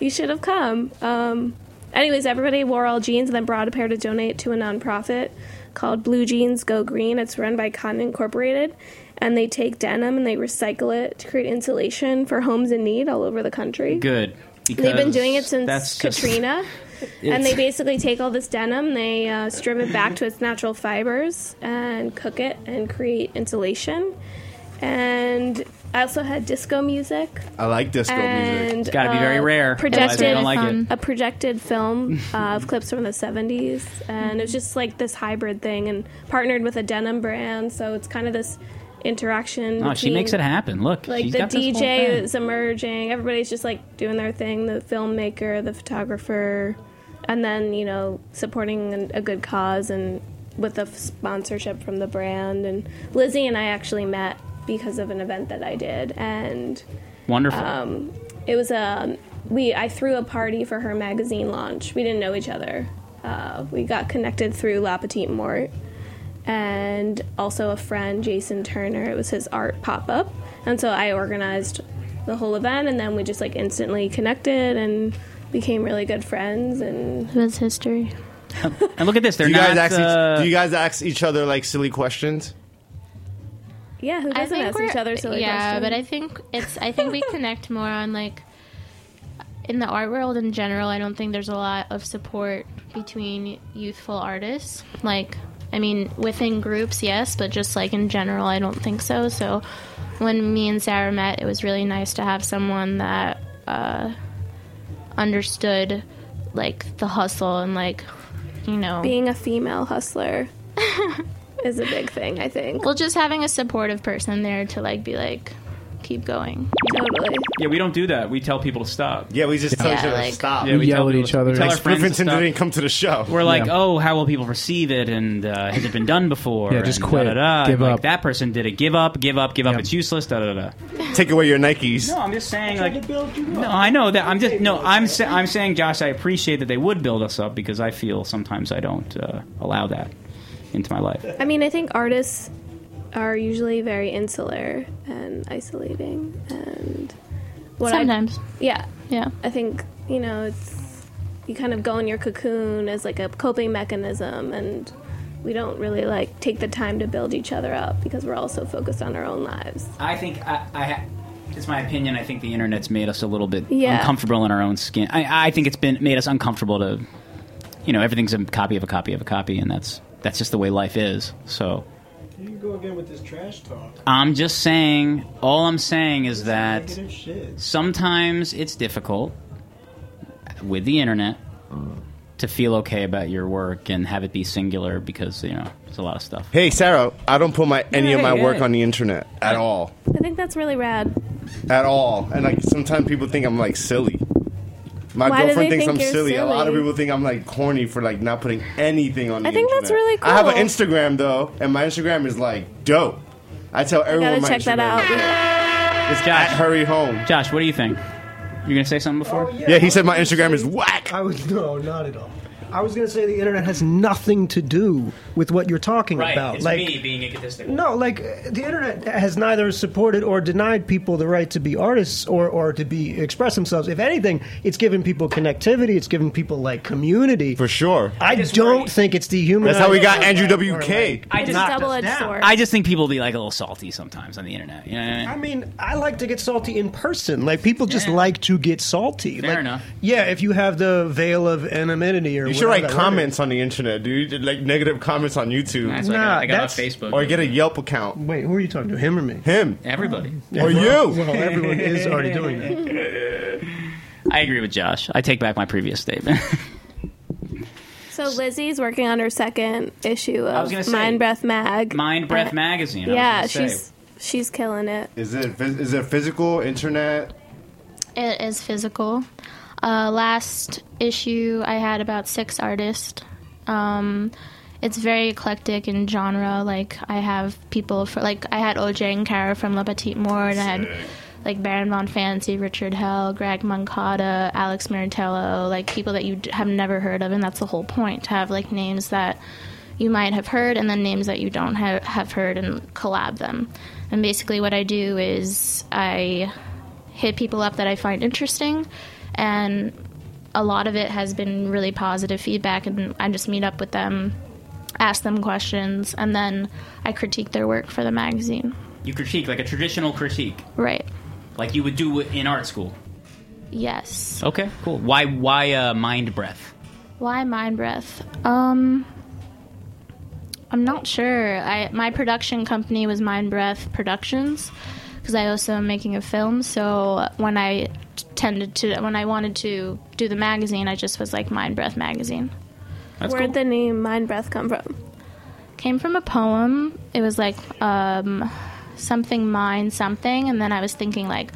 Speaker 7: You should have come. Um, anyways, everybody wore all jeans and then brought a pair to donate to a nonprofit called Blue Jeans Go Green. It's run by Cotton Incorporated, and they take denim and they recycle it to create insulation for homes in need all over the country.
Speaker 3: Good.
Speaker 7: They've been
Speaker 3: because
Speaker 7: doing it
Speaker 3: that's
Speaker 7: since
Speaker 3: just-
Speaker 7: Katrina.
Speaker 3: It's-
Speaker 7: and they basically take all this denim, they uh, strip it back to its natural fibers, and cook it and create insulation. And I also had disco music
Speaker 5: I like disco
Speaker 7: and,
Speaker 5: music.
Speaker 3: Gotta be very
Speaker 7: uh,
Speaker 3: rare, otherwise
Speaker 7: Projected,
Speaker 3: they don't like it.
Speaker 7: a projected film uh, of clips from the '70s, and it was just like this hybrid thing, and partnered with a denim brand, so it's kind of this interaction.
Speaker 3: Oh, she
Speaker 7: between-
Speaker 3: makes it happen. Look,
Speaker 7: Like
Speaker 3: she's
Speaker 7: the
Speaker 3: got this whole
Speaker 7: DJ
Speaker 3: thing.
Speaker 7: is emerging, everybody's just like doing their thing. The filmmaker, the photographer, and then you know supporting an, a good cause and with a f- sponsorship from the brand. And Lizzie and I actually met because of an event that I did, and
Speaker 3: Wonderful.
Speaker 7: um, it was a we. I threw a party for her magazine launch. We didn't know each other. Uh, we got connected through La Petite Mort and also a friend, Jason Turner. It was his art pop up, and so I organized the whole event, and then we just like instantly connected and became really good friends. And
Speaker 8: It was history.
Speaker 3: and look at this. They're
Speaker 5: do you
Speaker 3: not.
Speaker 5: guys ask
Speaker 3: uh,
Speaker 5: each, do you guys ask each other like silly questions?
Speaker 7: yeah, who doesn't ask each other silly
Speaker 8: yeah,
Speaker 7: questions?
Speaker 8: but I think it's. I think we connect more on like in the art world in general. I don't think there's a lot of support between youthful artists. Like, I mean, within groups, yes, but just like in general, I don't think so. So, when me and Sarah met, it was really nice to have someone that uh, understood like the hustle and like you know
Speaker 7: being a female hustler is a big thing, I think.
Speaker 8: well, just having a supportive person there to like be like keep going.
Speaker 7: Totally.
Speaker 3: yeah, we don't do that. We tell people to stop.
Speaker 5: Yeah, we just tell
Speaker 8: Yeah,
Speaker 5: each other
Speaker 8: like-
Speaker 5: to stop.
Speaker 3: Yeah, We we yell tell at people each to- other. we tell
Speaker 5: Like
Speaker 3: our friends to
Speaker 5: Griffin
Speaker 3: stop.
Speaker 5: didn't come to the show.
Speaker 3: We're like, oh, how will people perceive it? And uh, has it been done before?
Speaker 5: Yeah, just
Speaker 3: and
Speaker 5: quit.
Speaker 3: da-da-da.
Speaker 5: Give
Speaker 3: like,
Speaker 5: up.
Speaker 3: That person did it. Give up. Give up. Give up. It's useless. Da da da.
Speaker 5: take away your Nikes.
Speaker 3: No, I'm just saying like No, I know that. I'm just no. I'm sa- I'm saying, Josh, I appreciate that they would build us up because I feel sometimes I don't uh, allow that into my life.
Speaker 7: I mean, I think artists are usually very insular and isolating, and I-
Speaker 8: Sometimes.
Speaker 7: yeah,
Speaker 8: yeah.
Speaker 7: I think you know it's you kind of go in your cocoon as like a coping mechanism, and we don't really like take the time to build each other up because we're all so focused on our own lives.
Speaker 3: I think I, I ha- it's my opinion. I think the internet's made us a little bit
Speaker 7: Yeah.
Speaker 3: uncomfortable in our own skin. I, I think it's been made us uncomfortable to, you know, everything's a copy of a copy of a copy, and that's that's just the way life is. So
Speaker 6: You can go again with this trash talk.
Speaker 3: I'm just saying, all I'm saying is that
Speaker 6: negative shit.
Speaker 3: sometimes it's difficult with the internet to feel okay about your work and have it be singular because, you know, it's a lot of stuff.
Speaker 5: Hey, Sarah, I don't put my any of my
Speaker 3: hey,
Speaker 5: work
Speaker 3: hey.
Speaker 5: on the internet at all,
Speaker 7: I think that's really rad.
Speaker 5: at all. And like sometimes people think I'm like silly. My
Speaker 7: Why do
Speaker 5: girlfriend
Speaker 7: they
Speaker 5: thinks
Speaker 7: think
Speaker 5: I'm
Speaker 7: you're
Speaker 5: silly. A lot of
Speaker 7: silly?
Speaker 5: people think I'm like corny for like not putting anything on. The
Speaker 7: I think that's
Speaker 5: internet.
Speaker 7: really
Speaker 5: I have an
Speaker 7: cool.
Speaker 5: Instagram though, and my Instagram is like dope. I tell
Speaker 7: I
Speaker 5: everyone
Speaker 7: gotta
Speaker 5: my
Speaker 7: check
Speaker 5: Instagram.
Speaker 7: that out.
Speaker 3: It's Josh.
Speaker 5: hurry home.
Speaker 3: Josh, what do you think? You're going to say something before?
Speaker 5: Yeah, he said my Instagram is whack.
Speaker 6: I was no, not at all. I was going to say the internet has nothing to do with what you're talking about. like
Speaker 3: being egotistical.
Speaker 6: no, like uh, the internet has neither supported or denied people the right to be artists or or to be express themselves. If anything, it's given people connectivity. It's given people like community. For
Speaker 5: sure.
Speaker 6: I don't think it's dehumanized.
Speaker 5: That's how we got
Speaker 6: or,
Speaker 5: Andrew
Speaker 6: like,
Speaker 5: WK.
Speaker 3: I just,
Speaker 6: knocked us double-edged down. sword.
Speaker 3: I just think people be like a little salty sometimes on the internet. You know what I mean?
Speaker 6: I mean, I like to get salty in person. Like people just like to get salty.
Speaker 3: Fair
Speaker 6: like,
Speaker 3: enough.
Speaker 6: Yeah, if you have the veil of anonymity or
Speaker 5: You should write
Speaker 6: whatever that word is.
Speaker 5: comments on the internet, dude. Like negative comments on YouTube.
Speaker 6: That's what I got- Nah, I got on that's- Facebook.
Speaker 5: Or get a Yelp account.
Speaker 6: Wait, who are you talking to? Him or me?
Speaker 5: Him.
Speaker 3: Everybody.
Speaker 5: Or
Speaker 6: well,
Speaker 5: you.
Speaker 6: Well, everyone is already doing that.
Speaker 3: I agree with Josh. I take back my previous statement.
Speaker 7: So Lizzie's working on her second issue
Speaker 3: I was
Speaker 7: of
Speaker 3: gonna say-
Speaker 7: Mind Breath Mag. Uh,
Speaker 3: Mind Breath Magazine. I was
Speaker 7: yeah,
Speaker 3: gonna say.
Speaker 7: she's she's killing it.
Speaker 5: Is it phys- is it physical internet?
Speaker 8: It is physical. Uh, last issue, I had about six artists. Um, it's very eclectic in genre. Like I have people for like I had OJ and Kara from La Petite Mort. I had like Baron von Fancy, Richard Hell, Greg Moncada, Alex Maritello, like people that you d- have never heard of, and that's the whole point to have like names that you might have heard and then names that you don't ha- have heard and collab them. And basically, what I do is I hit people up that I find interesting, and a lot of it has been really positive feedback. And I just meet up with them, ask them questions, and then I critique their work for the magazine.
Speaker 3: You critique like a traditional critique,
Speaker 8: Right.
Speaker 3: like you would do in art school.
Speaker 8: Yes.
Speaker 3: Okay, cool. Why why uh, Mind Breath?
Speaker 8: Why mind breath? Um, I'm not sure. I my production company was Mind Breath Productions because I also am making a film. So when I tended to when I wanted to do the magazine, I just was like Mind Breath magazine. That's
Speaker 7: Where'd
Speaker 8: cool.
Speaker 7: the name Mind Breath come from?
Speaker 8: Came from a poem. It was like um, something mind something, and then I was thinking like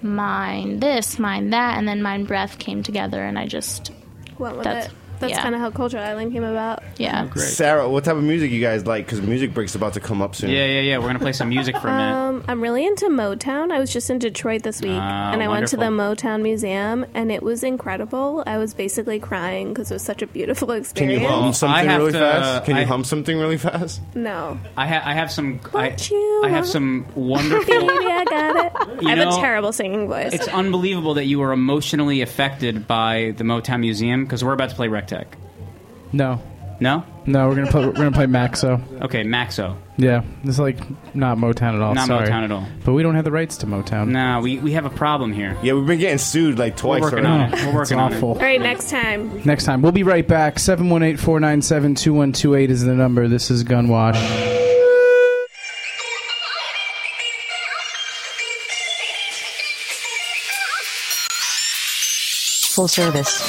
Speaker 8: mind this, mind that, and then mind breath came together, and I just
Speaker 7: Went with
Speaker 8: That's-
Speaker 7: it. That's
Speaker 8: yeah.
Speaker 7: kind of how Culture Island came about.
Speaker 8: yeah.
Speaker 5: Oh, Sarah, what type of music you guys like? Because Music Break's about to come up soon.
Speaker 3: Yeah, yeah, yeah. We're gonna play some music for a minute.
Speaker 7: Um, I'm really into Motown. I was just in Detroit this week,
Speaker 3: Ah,
Speaker 7: and I went to the
Speaker 3: wonderful.
Speaker 7: Motown Museum, and it was incredible. I was basically crying because it was such a beautiful
Speaker 5: Can you
Speaker 7: experience.
Speaker 5: hum
Speaker 3: I
Speaker 5: something
Speaker 3: have
Speaker 5: really
Speaker 3: to-
Speaker 5: fast? Can you
Speaker 3: I-
Speaker 5: hum something really fast?
Speaker 7: No,
Speaker 3: I, ha- I have some. I, I have some
Speaker 7: baby,
Speaker 3: wonderful.
Speaker 7: I got it.
Speaker 3: You
Speaker 7: I have
Speaker 3: know,
Speaker 7: a terrible singing voice.
Speaker 3: it's unbelievable that you were emotionally affected by the Motown Museum because we're about to play Rectech.
Speaker 1: No,
Speaker 3: No.
Speaker 1: no, we're gonna play, we're gonna play Maxo.
Speaker 3: Okay, Maxo.
Speaker 1: Yeah, it's like not Motown at all.
Speaker 3: Not
Speaker 1: sorry.
Speaker 3: Motown at all.
Speaker 1: But we don't have the rights to Motown.
Speaker 3: Nah, we, we have a problem here.
Speaker 5: Yeah, we've been getting sued like twice.
Speaker 1: working
Speaker 5: already.
Speaker 1: on it. We're working on it.
Speaker 7: All right, next time.
Speaker 1: Next time, we'll be right back. 718-497-2128 is the number. This is Gunwash.
Speaker 9: Full service.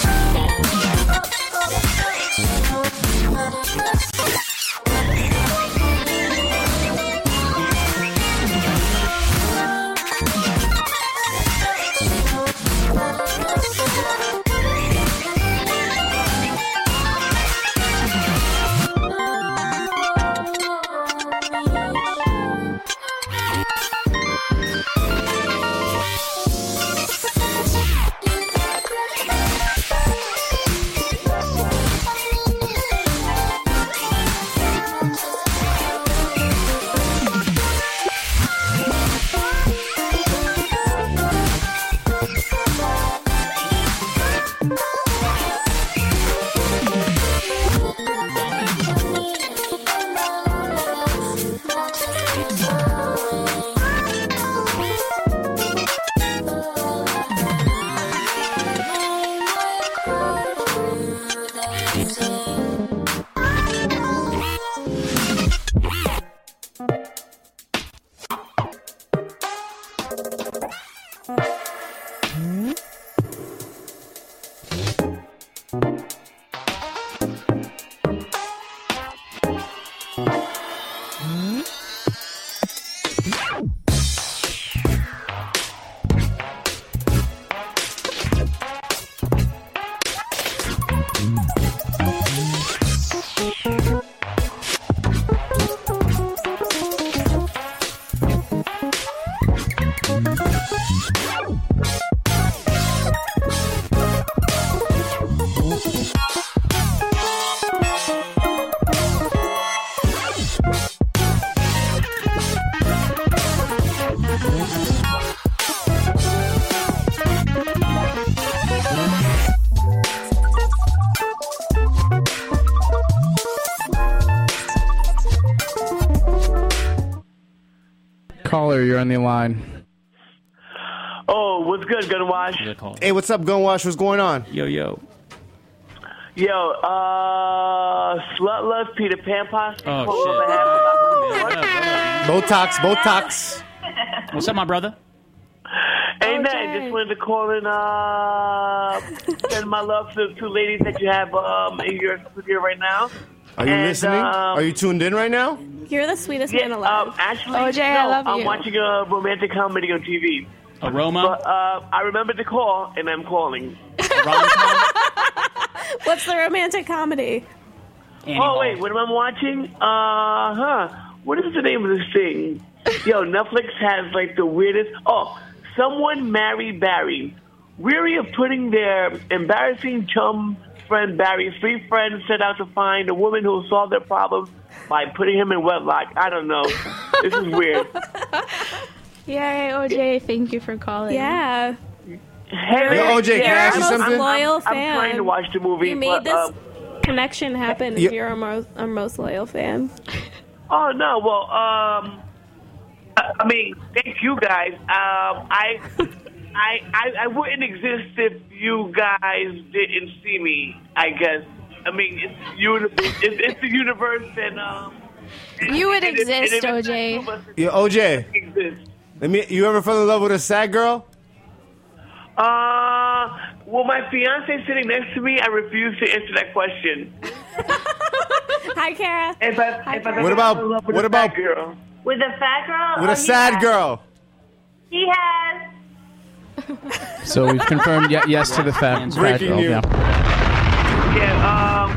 Speaker 1: Caller, you're on the line.
Speaker 15: Oh, what's good, Gunwash?
Speaker 5: Hey, what's up, Gunwash? What's going on?
Speaker 3: Yo, yo.
Speaker 15: Yo, uh, slut love Peter Pan pie.
Speaker 3: Oh,
Speaker 5: Botox, Botox.
Speaker 3: What's up, my brother?
Speaker 15: Ain't nothing. Just wanted to call and uh, send my love to the two ladies that you have um, in your studio right now.
Speaker 5: Are you
Speaker 15: And,
Speaker 5: listening?
Speaker 15: um,
Speaker 5: Are you tuned in right now?
Speaker 7: You're the sweetest man
Speaker 15: alive. actually, no, uh, I'm
Speaker 7: you.
Speaker 15: watching a romantic comedy on TV.
Speaker 3: Aroma?
Speaker 15: But uh, I remembered to call, and I'm calling.
Speaker 7: What's the romantic comedy?
Speaker 15: oh wait, what am I watching? Uh huh. What is the name of this thing? Yo, Netflix has like the weirdest. Oh, someone marry Barry. Weary of putting their embarrassing chum friend Barry, three friends set out to find a woman who will solve their problems by putting him in wedlock. I don't know. this is weird.
Speaker 8: Yay, OJ, thank you for calling. Yeah.
Speaker 15: Hey, Yo, OJ, can I ask you
Speaker 7: You're our most
Speaker 15: something?
Speaker 7: loyal
Speaker 15: I'm- I'm
Speaker 7: fan.
Speaker 15: trying to watch the movie,
Speaker 7: You
Speaker 15: but,
Speaker 7: made this
Speaker 15: um,
Speaker 7: connection happen.
Speaker 15: Yeah.
Speaker 7: if You're our most, our most loyal fan.
Speaker 15: Oh no, well, um, I I mean, thank you guys. Um, I, I, I, I wouldn't exist if you guys didn't see me. I guess. I mean, it's, uni- it's, it's the universe, and um,
Speaker 8: You would
Speaker 15: and if- and
Speaker 8: exist,
Speaker 15: if it's
Speaker 8: OJ.
Speaker 5: Yo, OJ.
Speaker 15: Exist.
Speaker 5: Let me. You ever fell in love with a sad girl?
Speaker 15: Uh, well, my fiance sitting next to me, I refuse to answer that question.
Speaker 7: Hi, Kara.
Speaker 15: If I, if I
Speaker 5: What about- what about-
Speaker 15: girl?
Speaker 4: With a fat girl?
Speaker 5: With
Speaker 4: Oh,
Speaker 5: a
Speaker 4: he
Speaker 5: sad
Speaker 4: has-
Speaker 5: girl.
Speaker 4: He has.
Speaker 1: So we've confirmed ye- yes to the fact.
Speaker 5: Breaking news.
Speaker 1: Yeah.
Speaker 15: Yeah, um,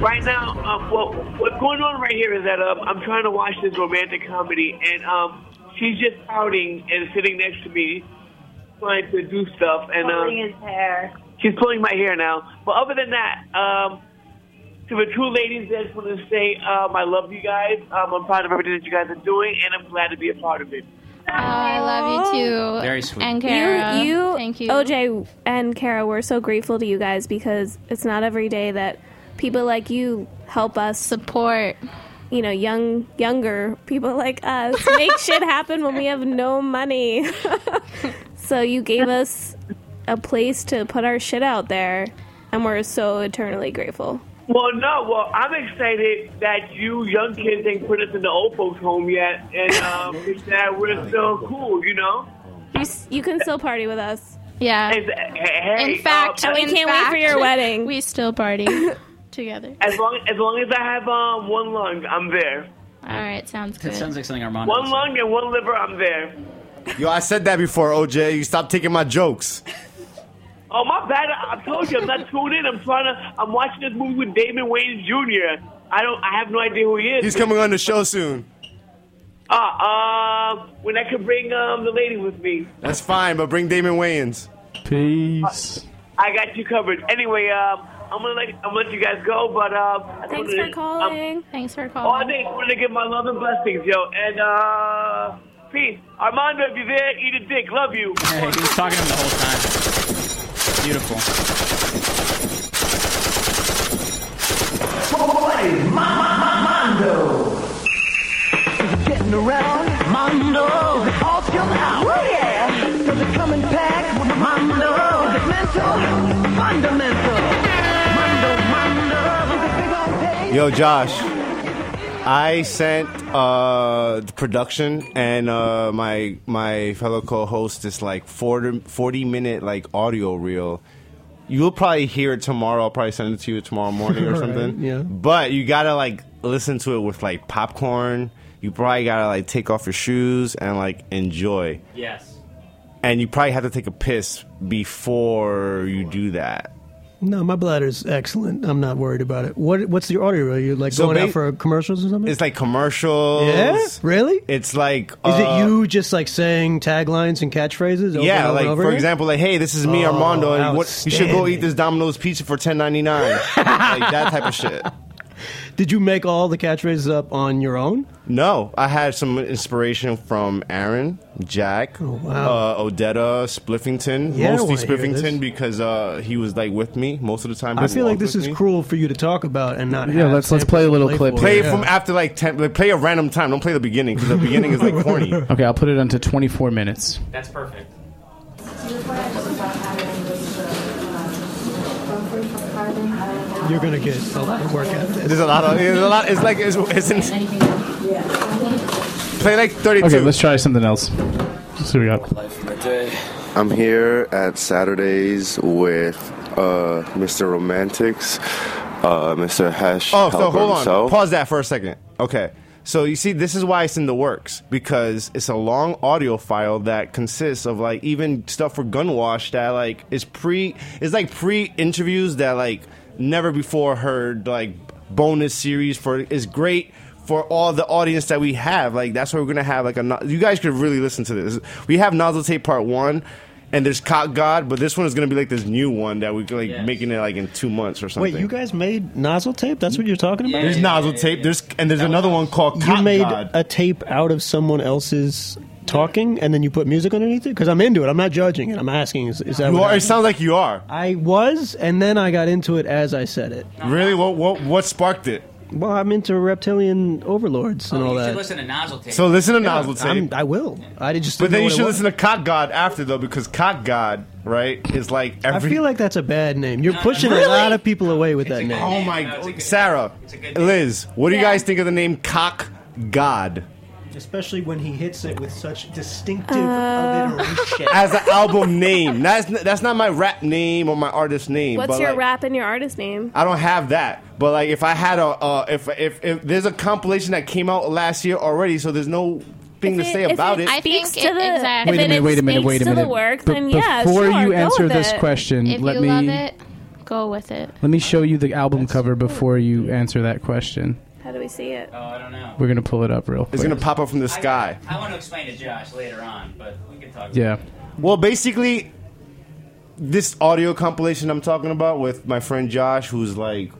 Speaker 15: right now, um, well, what's going on right here is that um, I'm trying to watch this romantic comedy, and um, she's just pouting and sitting next to me, trying to do stuff,
Speaker 5: uh,
Speaker 15: and
Speaker 4: Pulling
Speaker 15: um,
Speaker 4: his hair.
Speaker 15: she's pulling my hair now. But other than that, um, to the two ladies, I just want to say um, I love you guys. Um, I'm proud of everything that you guys are doing, and I'm glad to be a part of it.
Speaker 8: Oh, I love you too.
Speaker 3: Very sweet.
Speaker 8: And Kara.
Speaker 7: You, you,
Speaker 8: thank you.
Speaker 7: OJ and Kara, we're so grateful to you guys because it's not every day that people like you help us
Speaker 8: support.
Speaker 7: You know, young, younger people like us make shit happen when we have no money. so you gave us a place to put our shit out there, and we're so eternally grateful.
Speaker 15: Well, no. Well, I'm excited that you young kids ain't put us in the old folks' home yet, and um, it's that we're still cool, you know.
Speaker 7: You, s- you can still party with us.
Speaker 8: Yeah.
Speaker 15: As, hey,
Speaker 8: in fact,
Speaker 15: um,
Speaker 7: we
Speaker 8: in
Speaker 7: can't wait for
Speaker 8: fact,
Speaker 7: your wedding.
Speaker 8: We still party together.
Speaker 15: as long as long as I have um, one lung, I'm there.
Speaker 8: All right, sounds good.
Speaker 3: That sounds like something Armando.
Speaker 15: One lung and one liver, I'm there.
Speaker 5: Yo, I said that before, OJ. You stopped taking my jokes.
Speaker 15: Oh my bad! I I told you I'm not tuned in. I'm trying to. I'm watching this movie with Damon Wayans Jr. I don't. I have no idea who he is.
Speaker 5: He's coming on the show soon.
Speaker 15: Ah, uh, when I could bring um the lady with me.
Speaker 5: That's fine, but bring Damon Wayans. Peace.
Speaker 15: I got you covered. Anyway, um, I'm gonna let, I'm gonna let you guys go, but um,
Speaker 7: Thanks for calling.
Speaker 8: Thanks for
Speaker 15: all
Speaker 8: calling.
Speaker 15: day,
Speaker 7: Oh,
Speaker 15: I'm gonna give my love and blessings, yo, and uh, peace. Armando, if you're there, eat a dick. Love you.
Speaker 3: Hey, he was talking to him the whole time. Beautiful.
Speaker 12: Getting around, Mondo. All still out. Oh, yeah. Cause it's coming packed with Mondo. Is it mental? Fundamental. Mondo, Mondo. Is it big on pay?
Speaker 5: Yo, Josh. I sent uh, the production and uh, my my fellow co-host this like 40, 40 minute like audio reel. You'll probably hear it tomorrow. I'll probably send it to you tomorrow morning or
Speaker 6: Right,
Speaker 5: something.
Speaker 6: yeah.
Speaker 5: But you gotta like listen to it with like popcorn. You probably gotta like take off your shoes and like enjoy.
Speaker 3: Yes.
Speaker 5: And you probably have to take a piss before you do that.
Speaker 6: No, my bladder's excellent. I'm not worried about it. What What's the order? Are you like
Speaker 5: So
Speaker 6: going
Speaker 5: ba-
Speaker 6: out for commercials or something?
Speaker 5: It's like commercials.
Speaker 6: Yeah? Really?
Speaker 5: It's like.
Speaker 6: Is
Speaker 5: uh,
Speaker 6: it you just like saying taglines and catchphrases? Over and
Speaker 5: yeah,
Speaker 6: over
Speaker 5: like
Speaker 6: and over
Speaker 5: for
Speaker 6: again?
Speaker 5: example, like hey, this is me,
Speaker 6: Oh,
Speaker 5: Armando, and what you should go
Speaker 6: outstanding.
Speaker 5: eat this Domino's pizza for ten ninety nine, like that type of shit.
Speaker 6: Did you make all the catchphrases up on your own?
Speaker 5: No, I had some inspiration from Aaron, Jack, uh, Odetta, Spliffington,
Speaker 6: Oh, Yeah, I wanna
Speaker 5: mostly
Speaker 6: hear this.
Speaker 5: Spliffington because uh, he was like with me most of the time.
Speaker 6: I
Speaker 5: He
Speaker 6: feel like
Speaker 5: walked
Speaker 6: this
Speaker 5: with
Speaker 6: is
Speaker 5: me.
Speaker 6: cruel for you to talk about and not.
Speaker 5: Yeah,
Speaker 6: have
Speaker 5: let's- let's
Speaker 6: samples
Speaker 1: play a
Speaker 6: to
Speaker 1: little clip
Speaker 6: for.
Speaker 5: Play it
Speaker 6: Yeah.
Speaker 5: from after like ten. Like, play a random time. Don't play the beginning because the beginning is like corny.
Speaker 1: Okay, I'll put it onto 24 minutes.
Speaker 3: That's perfect.
Speaker 6: You're gonna get a lot of work out of this.
Speaker 5: There's a lot of. There's a lot. It's like it's. it's play like thirty two.
Speaker 1: Okay, let's try something else. Let's see what we got.
Speaker 2: I'm here at Saturdays with uh, Mr. Romantics, uh, Mr. Hesh.
Speaker 5: Oh, so
Speaker 2: Helper
Speaker 5: hold on.
Speaker 2: himself.
Speaker 5: Pause that for a second. Okay. So you see, this is why it's in the works because it's a long audio file that consists of like even stuff for Gun Wash that like is pre, it's like pre interviews that like never before heard like bonus series for is great for all the audience that we have. Like that's why we're gonna have like a no- you guys could really listen to this. We have Nozzle Tape Part One. And there's Cock God, but this one is gonna be like this new one that we're like making it like in two months or something.
Speaker 6: Wait, you guys made nozzle tape? That's what you're talking about?
Speaker 5: There's nozzle tape. There's and there's another one called
Speaker 6: You
Speaker 5: Cotton
Speaker 6: made
Speaker 5: God.
Speaker 6: a tape out of someone else's talking, and then you put music underneath it. Because I'm into it. I'm not judging it. I'm asking. Is, is that?
Speaker 5: You
Speaker 6: what
Speaker 5: are, it
Speaker 6: happened?
Speaker 5: sounds like you are.
Speaker 6: I was, and then I got into it as I said it.
Speaker 5: Really? What what what sparked it?
Speaker 6: Well, I'm into reptilian overlords and all
Speaker 3: Oh, You
Speaker 6: that.
Speaker 3: should listen to Nozzle Tape.
Speaker 5: So listen to
Speaker 6: Yeah,
Speaker 5: nozzle
Speaker 6: I'm-
Speaker 5: tape.
Speaker 6: I will. I did just.
Speaker 5: But
Speaker 6: didn't know
Speaker 5: then you
Speaker 6: what it
Speaker 5: should
Speaker 6: was.
Speaker 5: listen to Cot God after though, because Cot God, right, is like
Speaker 6: I
Speaker 5: every.
Speaker 6: feel like that's a bad name. You're pushing a lot of people away with that name.
Speaker 5: oh my god, Sarah, Liz, what do you guys think of the name Cock God
Speaker 6: Especially when he hits it with such distinctive
Speaker 3: Uh,
Speaker 6: alliteration.
Speaker 5: as an album name? That's that's not my rap name or my artist name.
Speaker 7: What's
Speaker 5: but
Speaker 7: your
Speaker 5: like,
Speaker 7: rap and your artist name?
Speaker 5: I don't have that. But like, if I had a, uh, if, if if there's a compilation that came out last year already, so there's no thing to say about it.
Speaker 7: I think to the,
Speaker 8: exactly-
Speaker 1: Wait a
Speaker 7: if
Speaker 1: minute,
Speaker 7: it
Speaker 1: wait a minute,
Speaker 7: speaks
Speaker 1: wait a
Speaker 7: to
Speaker 1: minute.
Speaker 7: the work,
Speaker 1: Be-
Speaker 7: then yeah,
Speaker 1: before
Speaker 7: sure,
Speaker 1: you
Speaker 7: go
Speaker 1: answer
Speaker 7: with
Speaker 1: this
Speaker 7: it.
Speaker 1: question,
Speaker 8: If
Speaker 1: let
Speaker 8: you
Speaker 1: me
Speaker 8: love it, go with it.
Speaker 1: let me show you the album cover before you answer that question.
Speaker 7: How do we see it?
Speaker 3: Oh, I don't know.
Speaker 1: We're gonna pull it up real quick.
Speaker 5: It's gonna pop up from the sky.
Speaker 3: I want to explain to Josh later on, but we can talk.
Speaker 1: Yeah.
Speaker 5: Well, basically, this audio compilation I'm talking about with my friend Josh, who's like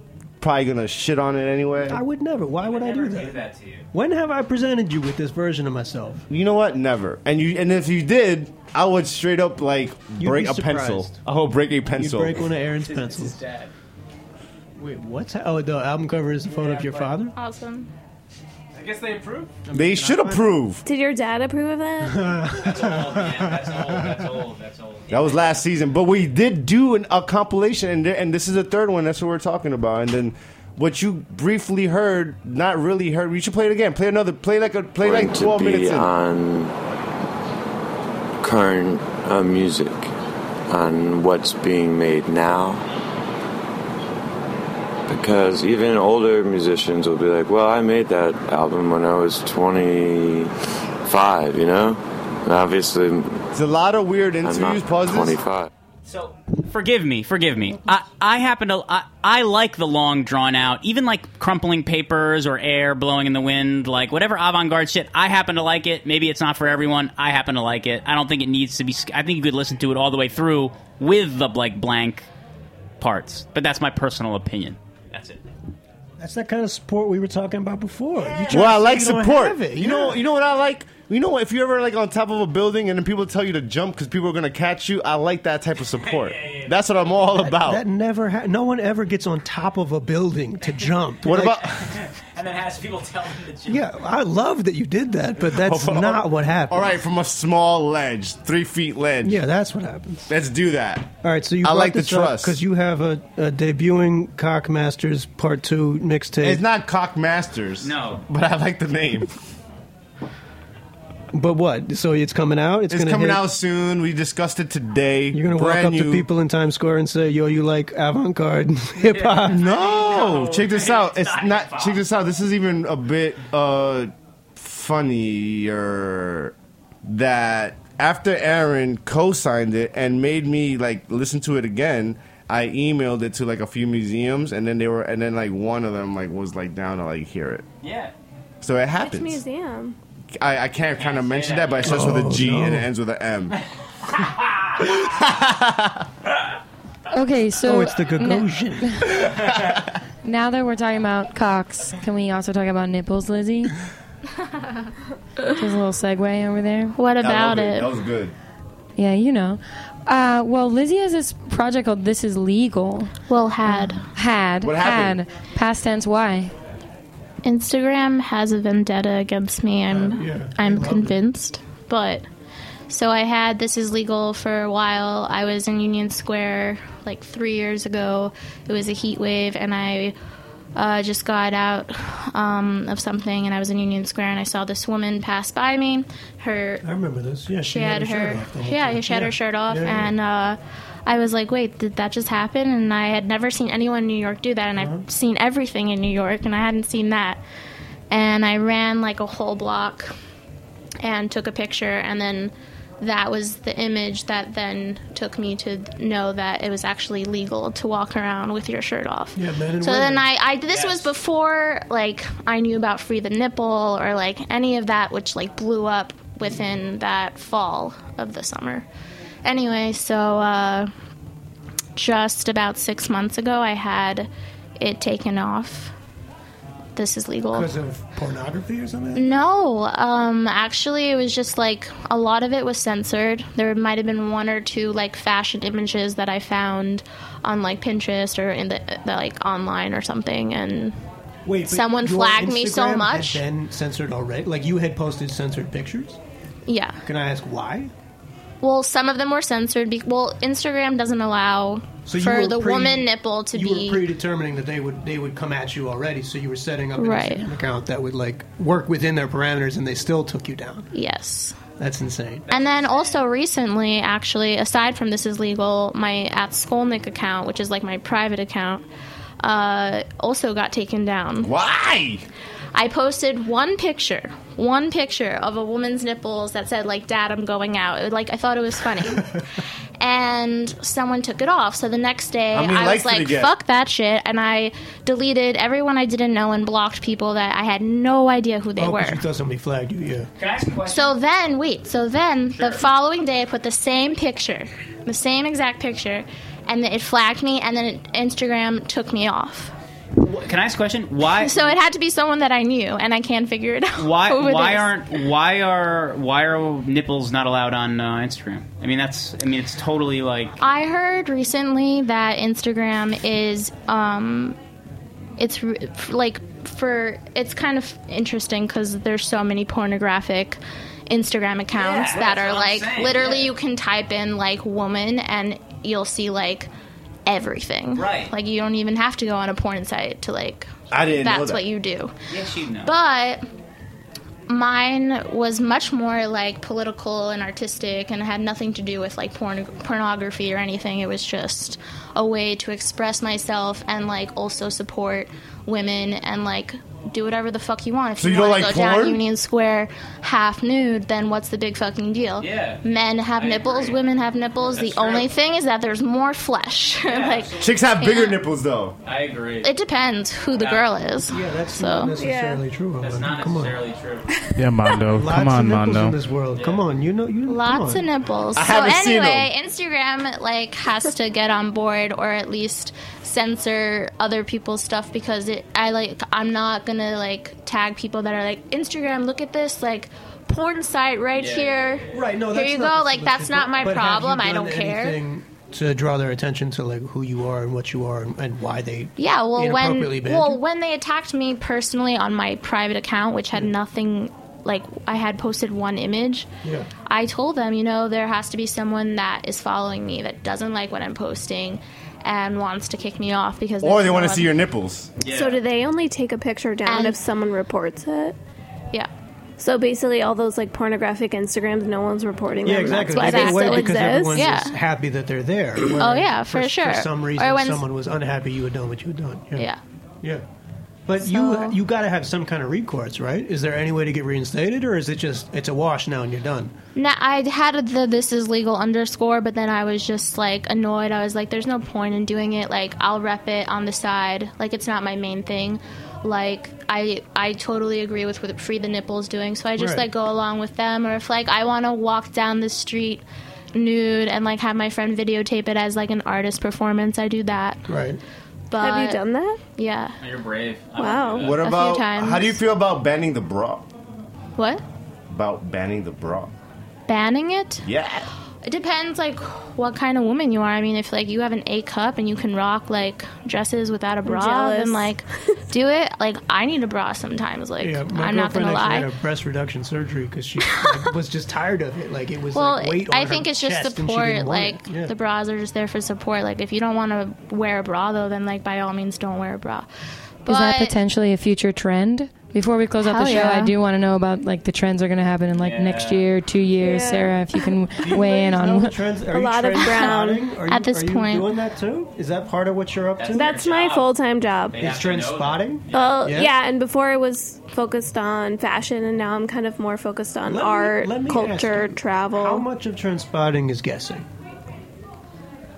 Speaker 5: probably gonna shit on it anyway.
Speaker 6: I would never. Why would I do that?
Speaker 3: to you.
Speaker 6: When have I presented you with this version of myself?
Speaker 5: You know what? Never. And you and if you did, I would straight up like
Speaker 6: You'd
Speaker 5: break
Speaker 6: be
Speaker 5: a pencil.
Speaker 6: surprised.
Speaker 5: I would break a
Speaker 6: You
Speaker 5: pencil.
Speaker 6: break one of Aaron's pencils. Wait, what's ha- oh the album cover is the photo of your father?
Speaker 8: Awesome.
Speaker 3: I guess they approve.
Speaker 5: They should approve.
Speaker 7: Did your dad approve of that?
Speaker 3: That's old, man. That's old. That's old. That's old.
Speaker 5: That was last season, but we did do an, a compilation, and there, and this is the third one. That's what we're talking about. And then what you briefly heard, not really heard. We should play it again. Play another. Play like a play
Speaker 2: going
Speaker 5: like twelve
Speaker 2: to be
Speaker 5: minutes. in.
Speaker 2: on current uh, music, on what's being made now. Because even older musicians will be like, well, I made that album when I was 25, you know? And obviously,
Speaker 5: It's a lot of weird
Speaker 2: I'm
Speaker 5: interviews.
Speaker 2: not
Speaker 5: Pauses.
Speaker 2: 25.
Speaker 3: So forgive me, forgive me. I, I happen to I, I like the long drawn out, even like crumpling papers or air blowing in the wind, like whatever avant garde shit. I happen to like it. Maybe it's not for everyone. I happen to like it. I don't think it needs to be. sk- I think you could listen to it all the way through with the like blank parts. But that's my personal opinion. That's it.
Speaker 6: That's that kind of support we were talking about before. You try
Speaker 5: Well, I
Speaker 6: to say
Speaker 5: like
Speaker 6: you don't
Speaker 5: support.
Speaker 6: have it.
Speaker 5: You know, you know what I like. You know, if you're ever like on top of a building and then people tell you to jump because people are gonna catch you, I like that type of support. That's what I'm all about.
Speaker 6: That never. Ha- no one ever gets on top of a building to jump.
Speaker 5: what
Speaker 6: Like,
Speaker 5: about?
Speaker 3: And then has people tell them that
Speaker 6: Yeah, I love that you did that, but that's not what happened.
Speaker 5: All right, from a small ledge, three feet ledge.
Speaker 6: Yeah, that's what happened.
Speaker 5: Let's do that.
Speaker 6: All right, so you.
Speaker 5: I like the trust.
Speaker 6: because you have a, a debuting Cockmasters Part Two mixtape.
Speaker 5: It's not Cock Masters.
Speaker 3: No.
Speaker 5: but I like the name.
Speaker 6: But what? So it's coming out. It's,
Speaker 5: It's
Speaker 6: gonna
Speaker 5: coming
Speaker 6: hit-
Speaker 5: out soon. We discussed it today.
Speaker 6: You're gonna walk
Speaker 5: Brand
Speaker 6: up to
Speaker 5: new.
Speaker 6: people in Times Square and say, "Yo, you like avant-garde hip hop?"
Speaker 5: No, check this out. It's not. Check this out. This is even a bit uh, funnier. That after Aaron co-signed it and made me like listen to it again, I emailed it to like a few museums, and then they were, and then like one of them like was like down to like hear it.
Speaker 3: Yeah.
Speaker 5: So it
Speaker 7: Which
Speaker 5: happens.
Speaker 7: museum?
Speaker 5: I, I can't kind of mention that, Oh, but it starts with a G and it ends with an M.
Speaker 21: Okay, so
Speaker 5: Oh, it's the
Speaker 21: Gagosian. now that we're talking about cocks, can we also talk about nipples, Lizzie? Just a little segue over there. What
Speaker 5: good.
Speaker 21: Yeah, you know. Uh, well, Lizzie has this project called "This Is Legal."
Speaker 8: Well, had
Speaker 21: had
Speaker 8: What happened?
Speaker 21: had past tense. Why?
Speaker 8: Instagram has a vendetta against me. I'm I'm convinced. But so I had this is legal for a while. I was in Union Square like three years ago. It was a heat wave, and I uh, just got out um, of something, and I was in Union Square, and I saw this woman pass by me. Her
Speaker 6: I remember this. Yeah, she,
Speaker 8: she had, her,
Speaker 6: shirt off the whole
Speaker 8: yeah,
Speaker 6: time.
Speaker 8: she had her shirt off,
Speaker 6: Yeah, yeah.
Speaker 8: and uh, I was like, wait, did that just happen? And I had never seen anyone in New York do that, and
Speaker 6: Uh-huh.
Speaker 8: I've seen everything in New York, and I hadn't seen that. And I ran like a whole block and took a picture, and then that was the image that then took me to know that it was actually legal to walk around with your shirt off.
Speaker 6: Yeah, men and
Speaker 8: So
Speaker 6: women.
Speaker 8: then I, I this was before like I knew about free the nipple or like any of that, which like blew up within that fall of the summer. Anyway, so uh, just about six months ago, I had it taken off. This is legal.
Speaker 6: because of pornography or something.
Speaker 8: No, um, actually, it was just like a lot of it was censored. There might have been one or two like fashion images that I found on like Pinterest or in the, the like online or something, and
Speaker 6: Wait, but
Speaker 8: someone
Speaker 6: your
Speaker 8: flagged me
Speaker 6: Instagram
Speaker 8: so
Speaker 6: had
Speaker 8: much.
Speaker 6: been censored already. Like you had posted censored pictures.
Speaker 8: yeah.
Speaker 6: Can I ask why?
Speaker 8: Well, some of them were censored. Be- well, Instagram doesn't allow
Speaker 6: So you
Speaker 8: for
Speaker 6: were
Speaker 8: the
Speaker 6: pre-
Speaker 8: woman nipple to
Speaker 6: you
Speaker 8: be
Speaker 6: were predetermining that they would they would come at you already, so you were setting up an
Speaker 8: Right.
Speaker 6: Instagram account that would like work within their parameters, and they still took you down.
Speaker 8: yes.
Speaker 6: That's insane.
Speaker 8: And then also recently, actually, aside from this is legal, my at Skolnick account, which is like my private account, uh, also got taken down.
Speaker 13: Why?
Speaker 8: I posted one picture, one picture of a woman's nipples that said like "Dad, I'm going out." It- like I thought it was funny, and someone took it off. So the next day,
Speaker 12: How many
Speaker 8: I
Speaker 12: likes
Speaker 8: was
Speaker 12: did it
Speaker 8: like,
Speaker 12: get?
Speaker 8: "Fuck that shit," and I deleted everyone I didn't know and blocked people that I had no idea who they
Speaker 6: oh, 'cause
Speaker 8: were.
Speaker 6: you thought somebody flagged you. Yeah.
Speaker 3: Can I ask a question?
Speaker 8: So then, wait. So then, the following day, I put the same picture, the same exact picture, and it flagged me, and then it, Instagram took me off.
Speaker 3: Can I ask a question? Why?
Speaker 8: So it had to be someone that I knew, and I can't figure it out.
Speaker 3: why?
Speaker 8: who it
Speaker 3: Why
Speaker 8: is.
Speaker 3: aren't? Why are? Why are nipples not allowed on uh, Instagram? I mean, that's. I mean, it's totally like.
Speaker 8: I heard recently that Instagram is, um, it's re- f- like for it's kind of interesting because there's so many pornographic Instagram accounts
Speaker 12: Yeah,
Speaker 8: that
Speaker 12: that's
Speaker 8: are
Speaker 12: what I'm
Speaker 8: like
Speaker 12: saying,
Speaker 8: literally
Speaker 12: yeah.
Speaker 8: you can type in like woman and you'll see like everything.
Speaker 12: Right.
Speaker 8: Like you don't even have to go on a porn site to like.
Speaker 12: I didn't know
Speaker 8: That's
Speaker 12: that.
Speaker 8: what you do.
Speaker 3: Yes, you know.
Speaker 8: But mine was much more like political and artistic and had nothing to do with like porn- pornography or anything. It was just a way to express myself and like also support women and like do whatever the fuck you want. If
Speaker 12: So
Speaker 8: you,
Speaker 12: you don't
Speaker 8: want
Speaker 12: like
Speaker 8: to go
Speaker 12: porn?
Speaker 8: down Union Square half nude, then what's the big fucking deal?
Speaker 12: Yeah.
Speaker 8: Men have nipples, women have nipples.
Speaker 5: That's
Speaker 8: the only
Speaker 5: right.
Speaker 8: thing is that there's more flesh. like
Speaker 5: Chicks have
Speaker 8: you
Speaker 5: bigger
Speaker 8: know,
Speaker 5: nipples though.
Speaker 3: I agree.
Speaker 8: It depends who the girl is.
Speaker 6: Yeah, that's
Speaker 8: so.
Speaker 6: not necessarily true. That's not come necessarily
Speaker 3: on. true.
Speaker 1: Yeah, Mondo.
Speaker 6: Lots
Speaker 1: Come on,
Speaker 6: of nipples
Speaker 1: Mondo.
Speaker 6: in this world. Come on, you know you.
Speaker 8: Lots of nipples.
Speaker 1: I
Speaker 8: so
Speaker 1: haven't seen
Speaker 8: anyway, Instagram like has to get on board or at least censor other people's stuff because it I like I'm not gonna like tag people that are like Instagram, look at this like porn site right
Speaker 6: Yeah.
Speaker 8: here.
Speaker 6: Right, no,
Speaker 8: here
Speaker 6: that's
Speaker 8: you
Speaker 6: not
Speaker 8: go.
Speaker 6: the
Speaker 8: Like that's
Speaker 6: solution,
Speaker 8: not
Speaker 6: but-
Speaker 8: my
Speaker 6: but have you
Speaker 8: problem. I
Speaker 6: done
Speaker 8: don't care.
Speaker 6: anything to draw their attention to like who you are and what you are and, and why they
Speaker 8: Yeah, well when
Speaker 6: inappropriately banned
Speaker 8: well
Speaker 6: you.
Speaker 8: when they attacked me personally on my private account, which
Speaker 6: Hmm.
Speaker 8: had nothing like I had posted one image.
Speaker 12: Yeah.
Speaker 8: I told them, you know, there has to be someone that is following me that doesn't like what I'm posting and wants to kick me off because
Speaker 5: Or they
Speaker 8: want
Speaker 5: want to see your nipples.
Speaker 7: So do they only take a picture down if someone reports it?
Speaker 8: Yeah.
Speaker 7: So basically, all those like pornographic Instagrams, no one's reporting
Speaker 6: yeah
Speaker 7: them.
Speaker 6: exactly
Speaker 7: That's why
Speaker 6: they
Speaker 7: that
Speaker 6: get away
Speaker 7: still
Speaker 6: because
Speaker 7: exists.
Speaker 6: everyone's just happy that they're there
Speaker 8: Oh, yeah, for
Speaker 6: for
Speaker 8: sure.
Speaker 6: some
Speaker 8: Or
Speaker 6: reason
Speaker 8: when-
Speaker 6: someone was unhappy you had done what you had done yeah
Speaker 8: Yeah.
Speaker 6: yeah But
Speaker 8: So-
Speaker 6: you you got to have some kind of recourse, right? Is there any way to get reinstated, or is it just it's a wash now and you're done?
Speaker 8: No, I had the this is legal underscore, but then I was just like annoyed. I was like, there's no point in doing it. Like, I'll rep it on the side. Like, it's not my main thing. Like, I I totally agree with what Free the Nipples doing. So I just
Speaker 7: Right.
Speaker 8: like go along with them. Or if like I want to walk down the street nude and like have my friend videotape it as like an artist performance, I do that.
Speaker 6: Right.
Speaker 8: But
Speaker 7: Have you done that?
Speaker 8: Yeah.
Speaker 3: You're brave.
Speaker 8: Wow.
Speaker 7: Oh,
Speaker 5: What
Speaker 8: A few
Speaker 5: about
Speaker 8: times.
Speaker 5: how do you feel about banning the bra?
Speaker 8: What?
Speaker 5: About banning the bra?
Speaker 8: Banning it?
Speaker 5: Yeah.
Speaker 8: It depends, like, what kind of woman you are. I mean, if, like, you have an A cup and you can rock, like, dresses without a bra,
Speaker 7: jealous.
Speaker 8: then, like, do it. Like, I need a bra sometimes. Like,
Speaker 6: yeah, my
Speaker 8: I'm not
Speaker 6: girlfriend
Speaker 8: going to
Speaker 6: actually
Speaker 8: lie.
Speaker 6: had a breast reduction surgery because she like, was just tired of it. Like it was
Speaker 8: Well,
Speaker 6: like weight.
Speaker 8: I
Speaker 6: on
Speaker 8: think
Speaker 6: her
Speaker 8: it's just
Speaker 6: chest and she
Speaker 8: support.
Speaker 6: didn't want it.
Speaker 8: Like,
Speaker 6: Yeah.
Speaker 8: the bras are just there for support. Like, if you don't want to wear a bra, though, then, like, by all means, don't wear a bra. But
Speaker 10: Is that potentially a future trend? Before we close out the
Speaker 8: Hell
Speaker 10: show, I
Speaker 8: yeah.
Speaker 10: do want to know about like the trends are going to happen in like next year, two years.
Speaker 6: Yeah.
Speaker 10: Sarah, if you can weigh in on what
Speaker 6: Trends, are
Speaker 7: A
Speaker 6: you
Speaker 7: lot of
Speaker 6: trendspotting?
Speaker 7: brown
Speaker 6: Are
Speaker 7: at
Speaker 6: you,
Speaker 7: this
Speaker 6: are you
Speaker 7: point.
Speaker 6: doing that too? Is that part of what you're up to?
Speaker 7: That's my full time job.
Speaker 6: Is trend spotting?
Speaker 7: Well,
Speaker 6: Yeah.
Speaker 7: yeah. and before I was focused on fashion, and now I'm kind of more focused on
Speaker 6: Let me-
Speaker 7: art,
Speaker 6: let me
Speaker 7: culture,
Speaker 6: ask you,
Speaker 7: travel.
Speaker 6: How much of trend spotting is guessing?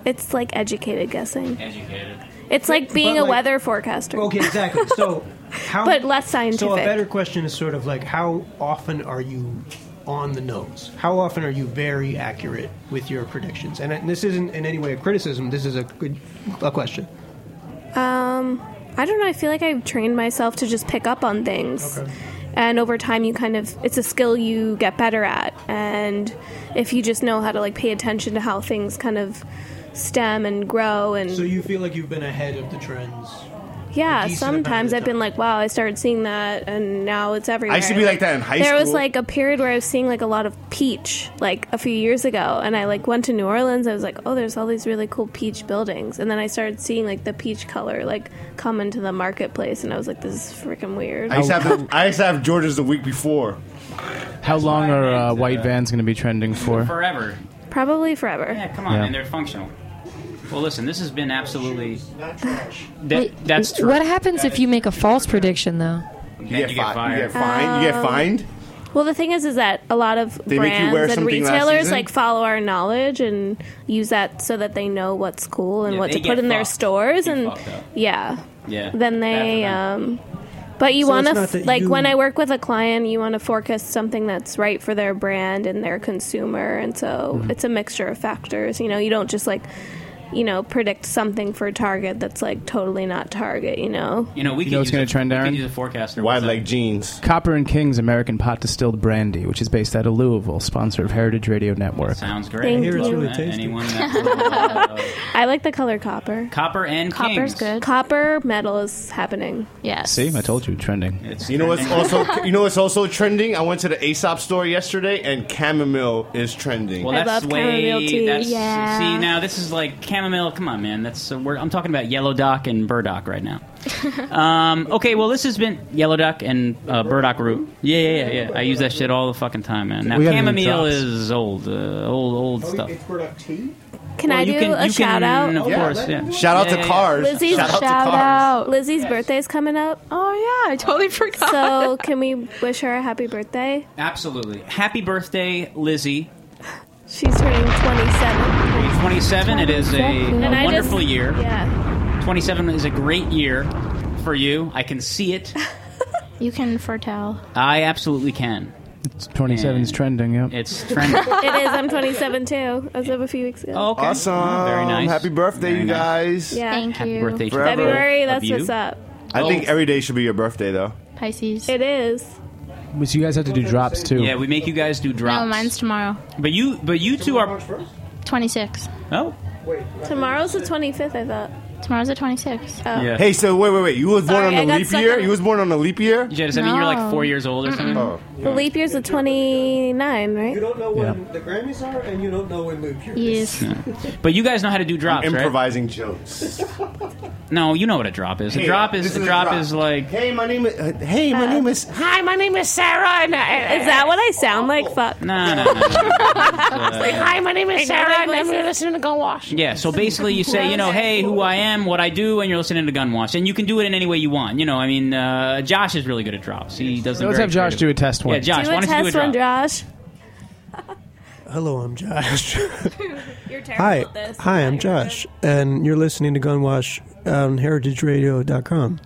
Speaker 7: It's like educated guessing.
Speaker 3: Educated.
Speaker 7: It's like being
Speaker 6: but
Speaker 7: a
Speaker 6: like-
Speaker 7: weather forecaster.
Speaker 6: Okay, exactly. So, how?
Speaker 7: But less
Speaker 6: So a
Speaker 7: scientific.
Speaker 6: better question is sort of like how often are you on the nose? How often are you very accurate with your predictions? And, and this isn't in any way a criticism. This is a good a question.
Speaker 7: Um, I don't know. I feel like I've trained myself to just pick up on things. And over time, you kind of, it's a skill you get better at. And if you just know how to like pay attention to how things kind of stem and grow and
Speaker 6: So you feel like you've been ahead of the trends.
Speaker 7: Yeah,
Speaker 6: decent amount
Speaker 7: sometimes
Speaker 6: of
Speaker 7: I've been like, wow, I started seeing that, and now it's everywhere.
Speaker 5: I used to be like that in high
Speaker 7: there was
Speaker 5: school.
Speaker 7: like a period where I was seeing like a lot of peach, like a few years ago, and I like went to New Orleans. I was like, oh, there's all these really cool peach buildings, and then I started seeing like the peach color like come into the marketplace, and I was like, this is freaking weird.
Speaker 5: I used to have the, I used to have Georgia's the week before.
Speaker 1: How long are uh, white vans going to be trending for?
Speaker 3: Forever.
Speaker 7: Probably forever.
Speaker 3: Yeah, come on,
Speaker 1: Yeah.
Speaker 3: and they're functional. Well, listen, this has been absolutely.
Speaker 10: Wait,
Speaker 3: That, that's true.
Speaker 10: What happens if you make a false prediction though?
Speaker 3: You get, fired.
Speaker 5: You get fined. you get
Speaker 7: Um,
Speaker 5: fined.
Speaker 7: Well, the thing is, is that a lot of
Speaker 5: They make you
Speaker 7: brands
Speaker 5: wear
Speaker 7: and
Speaker 5: something last
Speaker 7: retailers
Speaker 5: season?
Speaker 7: like follow our knowledge and use that so that they know what's cool and
Speaker 3: Yeah,
Speaker 7: what
Speaker 3: they
Speaker 7: to put
Speaker 3: get
Speaker 7: in their
Speaker 3: fucked.
Speaker 7: stores
Speaker 3: Get
Speaker 7: and
Speaker 3: fucked up.
Speaker 7: yeah,
Speaker 3: Yeah.
Speaker 7: Then they, um, but you
Speaker 3: So
Speaker 7: want
Speaker 3: it's not
Speaker 7: to
Speaker 3: that
Speaker 7: like
Speaker 3: you-
Speaker 7: when I work with a client, you want to forecast something that's right for their brand and their consumer, and so
Speaker 3: Mm-hmm.
Speaker 8: Mhm.
Speaker 7: it's a mixture of factors. You know, you don't just like you know predict something for Target that's like totally not Target. You know,
Speaker 3: You know, we
Speaker 1: You
Speaker 3: can
Speaker 1: know what's
Speaker 3: use
Speaker 1: going
Speaker 3: a-
Speaker 1: to trend,
Speaker 3: we
Speaker 1: Aaron?
Speaker 3: can use a forecaster.
Speaker 1: Wide
Speaker 5: leg jeans.
Speaker 1: Copper and King's American Pot Distilled Brandy, which is based out of Louisville, sponsor of Heritage Radio Network.
Speaker 3: Sounds great.
Speaker 7: Thank Here it's
Speaker 3: Love
Speaker 7: really
Speaker 3: that.
Speaker 7: tasty.
Speaker 3: Anyone that-
Speaker 7: I like the color copper.
Speaker 3: copper and kings.
Speaker 7: Copper's good. Copper metal is happening. Yes.
Speaker 1: See, I told you, trending.
Speaker 5: You know what's
Speaker 7: trending.
Speaker 5: also you know what's also trending? I went to the Aesop store yesterday and chamomile is trending.
Speaker 3: Well, that's way. That's,
Speaker 7: yeah.
Speaker 3: See, now this is like chamomile. Come on, man. That's uh, we're, I'm talking about yellow dock and burdock right now. um, okay, well, this has been yellow duck and uh, burdock root. Yeah, yeah, yeah, yeah. I use that shit all the fucking time, man. Now
Speaker 1: We gotta do
Speaker 3: chamomile
Speaker 1: drops.
Speaker 3: is old, uh, old, old stuff.
Speaker 7: Can I
Speaker 3: you
Speaker 7: do
Speaker 3: can-
Speaker 7: a
Speaker 3: you
Speaker 7: shout
Speaker 3: can-
Speaker 7: out?
Speaker 3: of Yeah, course, let yeah. them do it.
Speaker 5: Shout out to cars.
Speaker 7: Lizzie's
Speaker 5: Shout out to Shout cars. out.
Speaker 7: Lizzie's birthday's coming up. Oh yeah, I totally forgot. So can we wish her a happy birthday?
Speaker 3: Absolutely. Happy birthday, Lizzie.
Speaker 7: She's turning 27.
Speaker 3: 27. It is a,
Speaker 7: And
Speaker 3: a
Speaker 7: I
Speaker 3: wonderful
Speaker 7: just-
Speaker 3: year.
Speaker 7: Yeah.
Speaker 3: 27 is a great year for you. I can see it.
Speaker 8: You can foretell.
Speaker 3: I absolutely can.
Speaker 1: It's 27 is trending, yep.
Speaker 3: It's trending.
Speaker 7: it is. I'm 27 too. As of a few weeks ago.
Speaker 3: Oh, Okay.
Speaker 5: Awesome.
Speaker 3: Very nice.
Speaker 5: Um, Happy birthday,
Speaker 3: Very
Speaker 5: you
Speaker 3: nice.
Speaker 5: guys.
Speaker 7: Yeah. Thank
Speaker 3: Happy you. birthday to
Speaker 5: Forever.
Speaker 7: February. That's what's up.
Speaker 5: I think every day should be your birthday though.
Speaker 7: Pisces. It is.
Speaker 1: Which you guys have to do drops too.
Speaker 3: Yeah, we make you guys do drops.
Speaker 8: No, mine's tomorrow.
Speaker 3: But you, but you two are.
Speaker 8: 26.
Speaker 3: Oh,
Speaker 7: Tomorrow's the 25th. I thought.
Speaker 8: Tomorrow's the 26th.
Speaker 7: Oh.
Speaker 5: Hey, so wait, wait, wait. You was born
Speaker 7: Sorry, I
Speaker 5: on a
Speaker 7: got
Speaker 5: leap
Speaker 7: stuck
Speaker 5: year?
Speaker 7: on-
Speaker 5: You was born on a leap year?
Speaker 3: Yeah, does that mean you're like
Speaker 7: No.
Speaker 3: four years old or something?
Speaker 5: Oh.
Speaker 7: The leap year's the 29, right? You
Speaker 6: don't know
Speaker 3: when
Speaker 6: the Grammys are, and you don't know when Luke.
Speaker 7: Yes.
Speaker 3: But you guys know how to do drops, right?
Speaker 5: Improvising jokes.
Speaker 3: No, you know what a drop is. A
Speaker 5: Hey,
Speaker 3: drop
Speaker 5: this
Speaker 3: is a
Speaker 5: is a
Speaker 3: drop
Speaker 5: drop.
Speaker 3: is like.
Speaker 5: Hey, my name is. Uh, hey, my name is. Hi,
Speaker 7: my name is Sarah. And is that what I sound
Speaker 5: Oh.
Speaker 7: like? Fuck.
Speaker 3: No, no, no.
Speaker 7: my name uh,
Speaker 12: is Sarah, and I'm
Speaker 7: listening to Go Wash.
Speaker 3: Yeah, so basically you say, you know, hey, who I am, what I do, and you're listening to Gunwash. And you can do it in any way you want. You know, I mean, uh, Josh is really good at drops. He does. them
Speaker 1: Let's
Speaker 3: very
Speaker 1: have
Speaker 3: creative.
Speaker 1: Josh do a test one.
Speaker 3: Yeah, Josh,
Speaker 7: do
Speaker 3: why
Speaker 7: a
Speaker 3: don't
Speaker 7: test
Speaker 3: you do a
Speaker 7: one,
Speaker 3: drop?
Speaker 7: Josh.
Speaker 6: Hello, I'm Josh.
Speaker 7: You're terrible
Speaker 6: Hi,
Speaker 7: at this.
Speaker 6: hi, I'm Josh, and you're listening to Gunwash on heritageradio.com.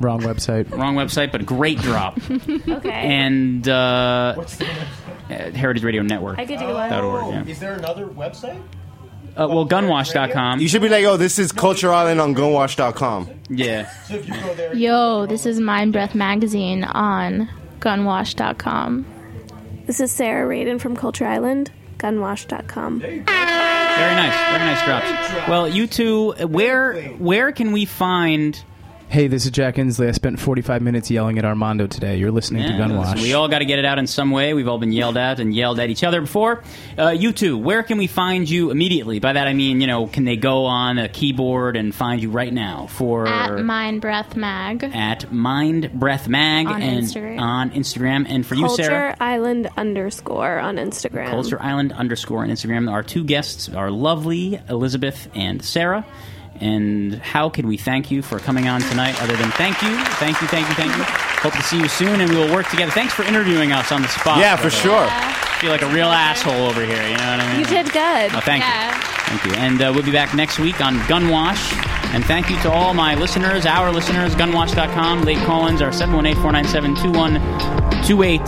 Speaker 1: Wrong website.
Speaker 3: Wrong website, but a great drop.
Speaker 7: okay.
Speaker 3: and uh, uh, Heritage Radio Network.
Speaker 7: I could do one.
Speaker 3: dot org,
Speaker 5: Oh.
Speaker 3: yeah.
Speaker 6: Is there another website?
Speaker 3: Uh, well, gunwash.com.
Speaker 5: You should be like, oh, this is Culture Island on gunwash.com.
Speaker 3: Yeah.
Speaker 8: Yo, this is Mind Breath Magazine on gunwash.com.
Speaker 7: This is Sarah Radin from Culture Island, gunwash.com.
Speaker 3: Very nice. Very nice drops. Well, you two, uh, where where can we find?
Speaker 1: Hey, this is Jack Insley. I spent 45 minutes yelling at Armando today. You're listening to
Speaker 3: Yeah,
Speaker 1: Gunwash.
Speaker 3: uh, We all got to get it out in some way. We've all been yelled at and yelled at each other before. Uh, you two, where can we find you immediately? By that I mean, you know, can they go on a keyboard and find you right now for
Speaker 8: At Mind Breath Mag.
Speaker 3: at Mind Breath Mag
Speaker 8: On
Speaker 3: and
Speaker 8: Instagram.
Speaker 3: on Instagram, and for you,
Speaker 7: Culture
Speaker 3: Sarah,
Speaker 7: Island underscore on Instagram.
Speaker 3: Culture Island underscore on Instagram. Our two guests are lovely Elizabeth and Sarah. And how can we thank you for coming on tonight other than thank you, thank you, thank you, thank you. Hope to see you soon and we will work together. Thanks for interviewing us on the spot.
Speaker 5: Yeah, for
Speaker 3: by the
Speaker 5: sure.
Speaker 3: way. I feel like a real asshole over here, you know what I mean?
Speaker 7: You did good.
Speaker 3: Oh, thank you. Thank you. And uh, we'll be back next week on Gunwash. And thank you to all my listeners, our listeners, gunwash.com, Late Collins, our 718 497 2128.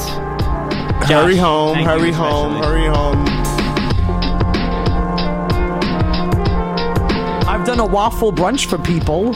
Speaker 5: Hurry home, hurry home, hurry home.
Speaker 18: I've done a waffle brunch for people.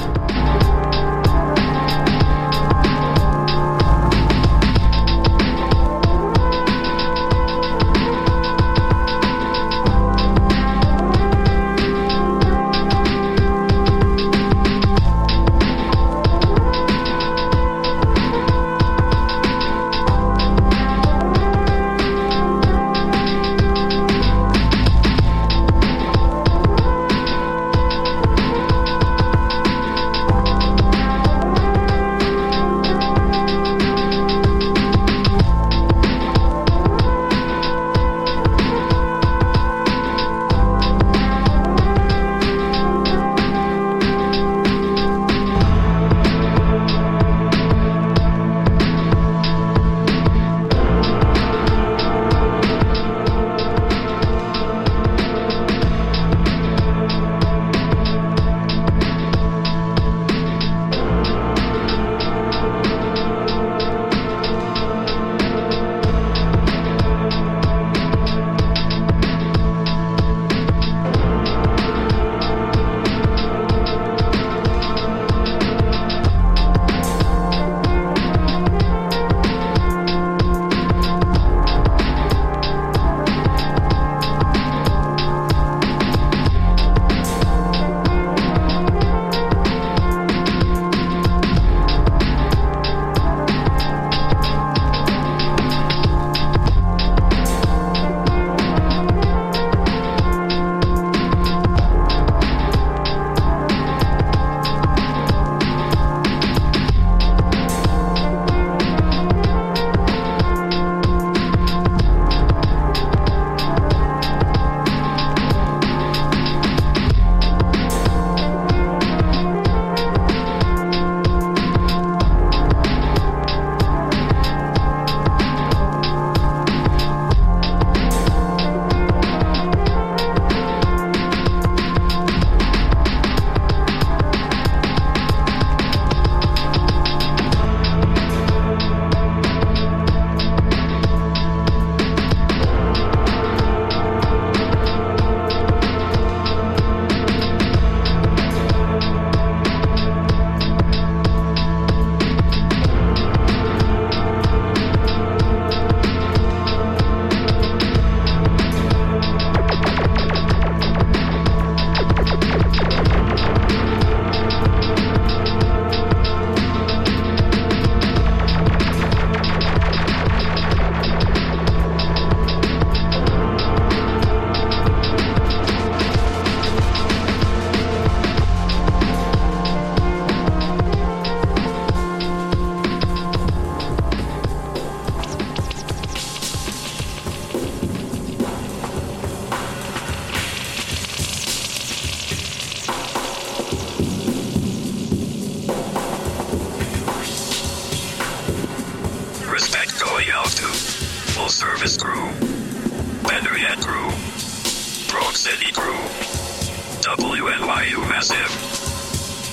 Speaker 11: Full service crew. Weatherhead crew. Broad City crew. WNYU Massive.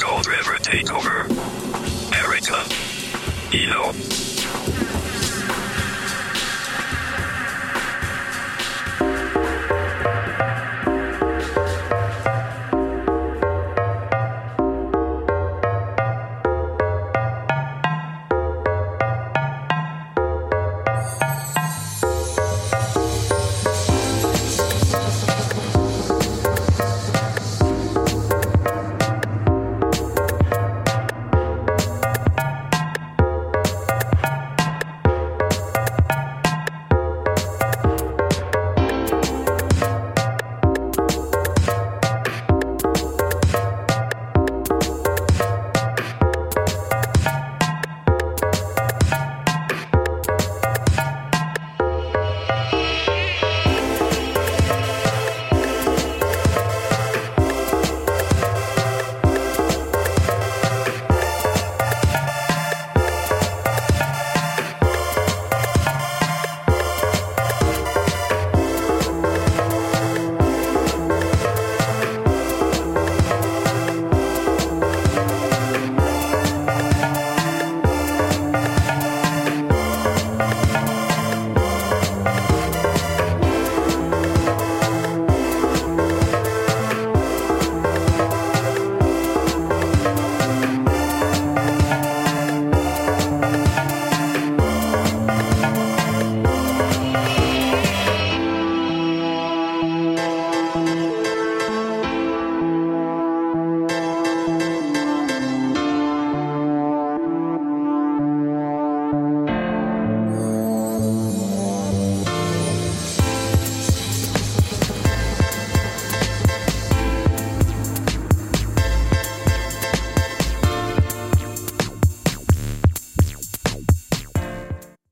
Speaker 11: Gold River Takeover. Erica. Eno.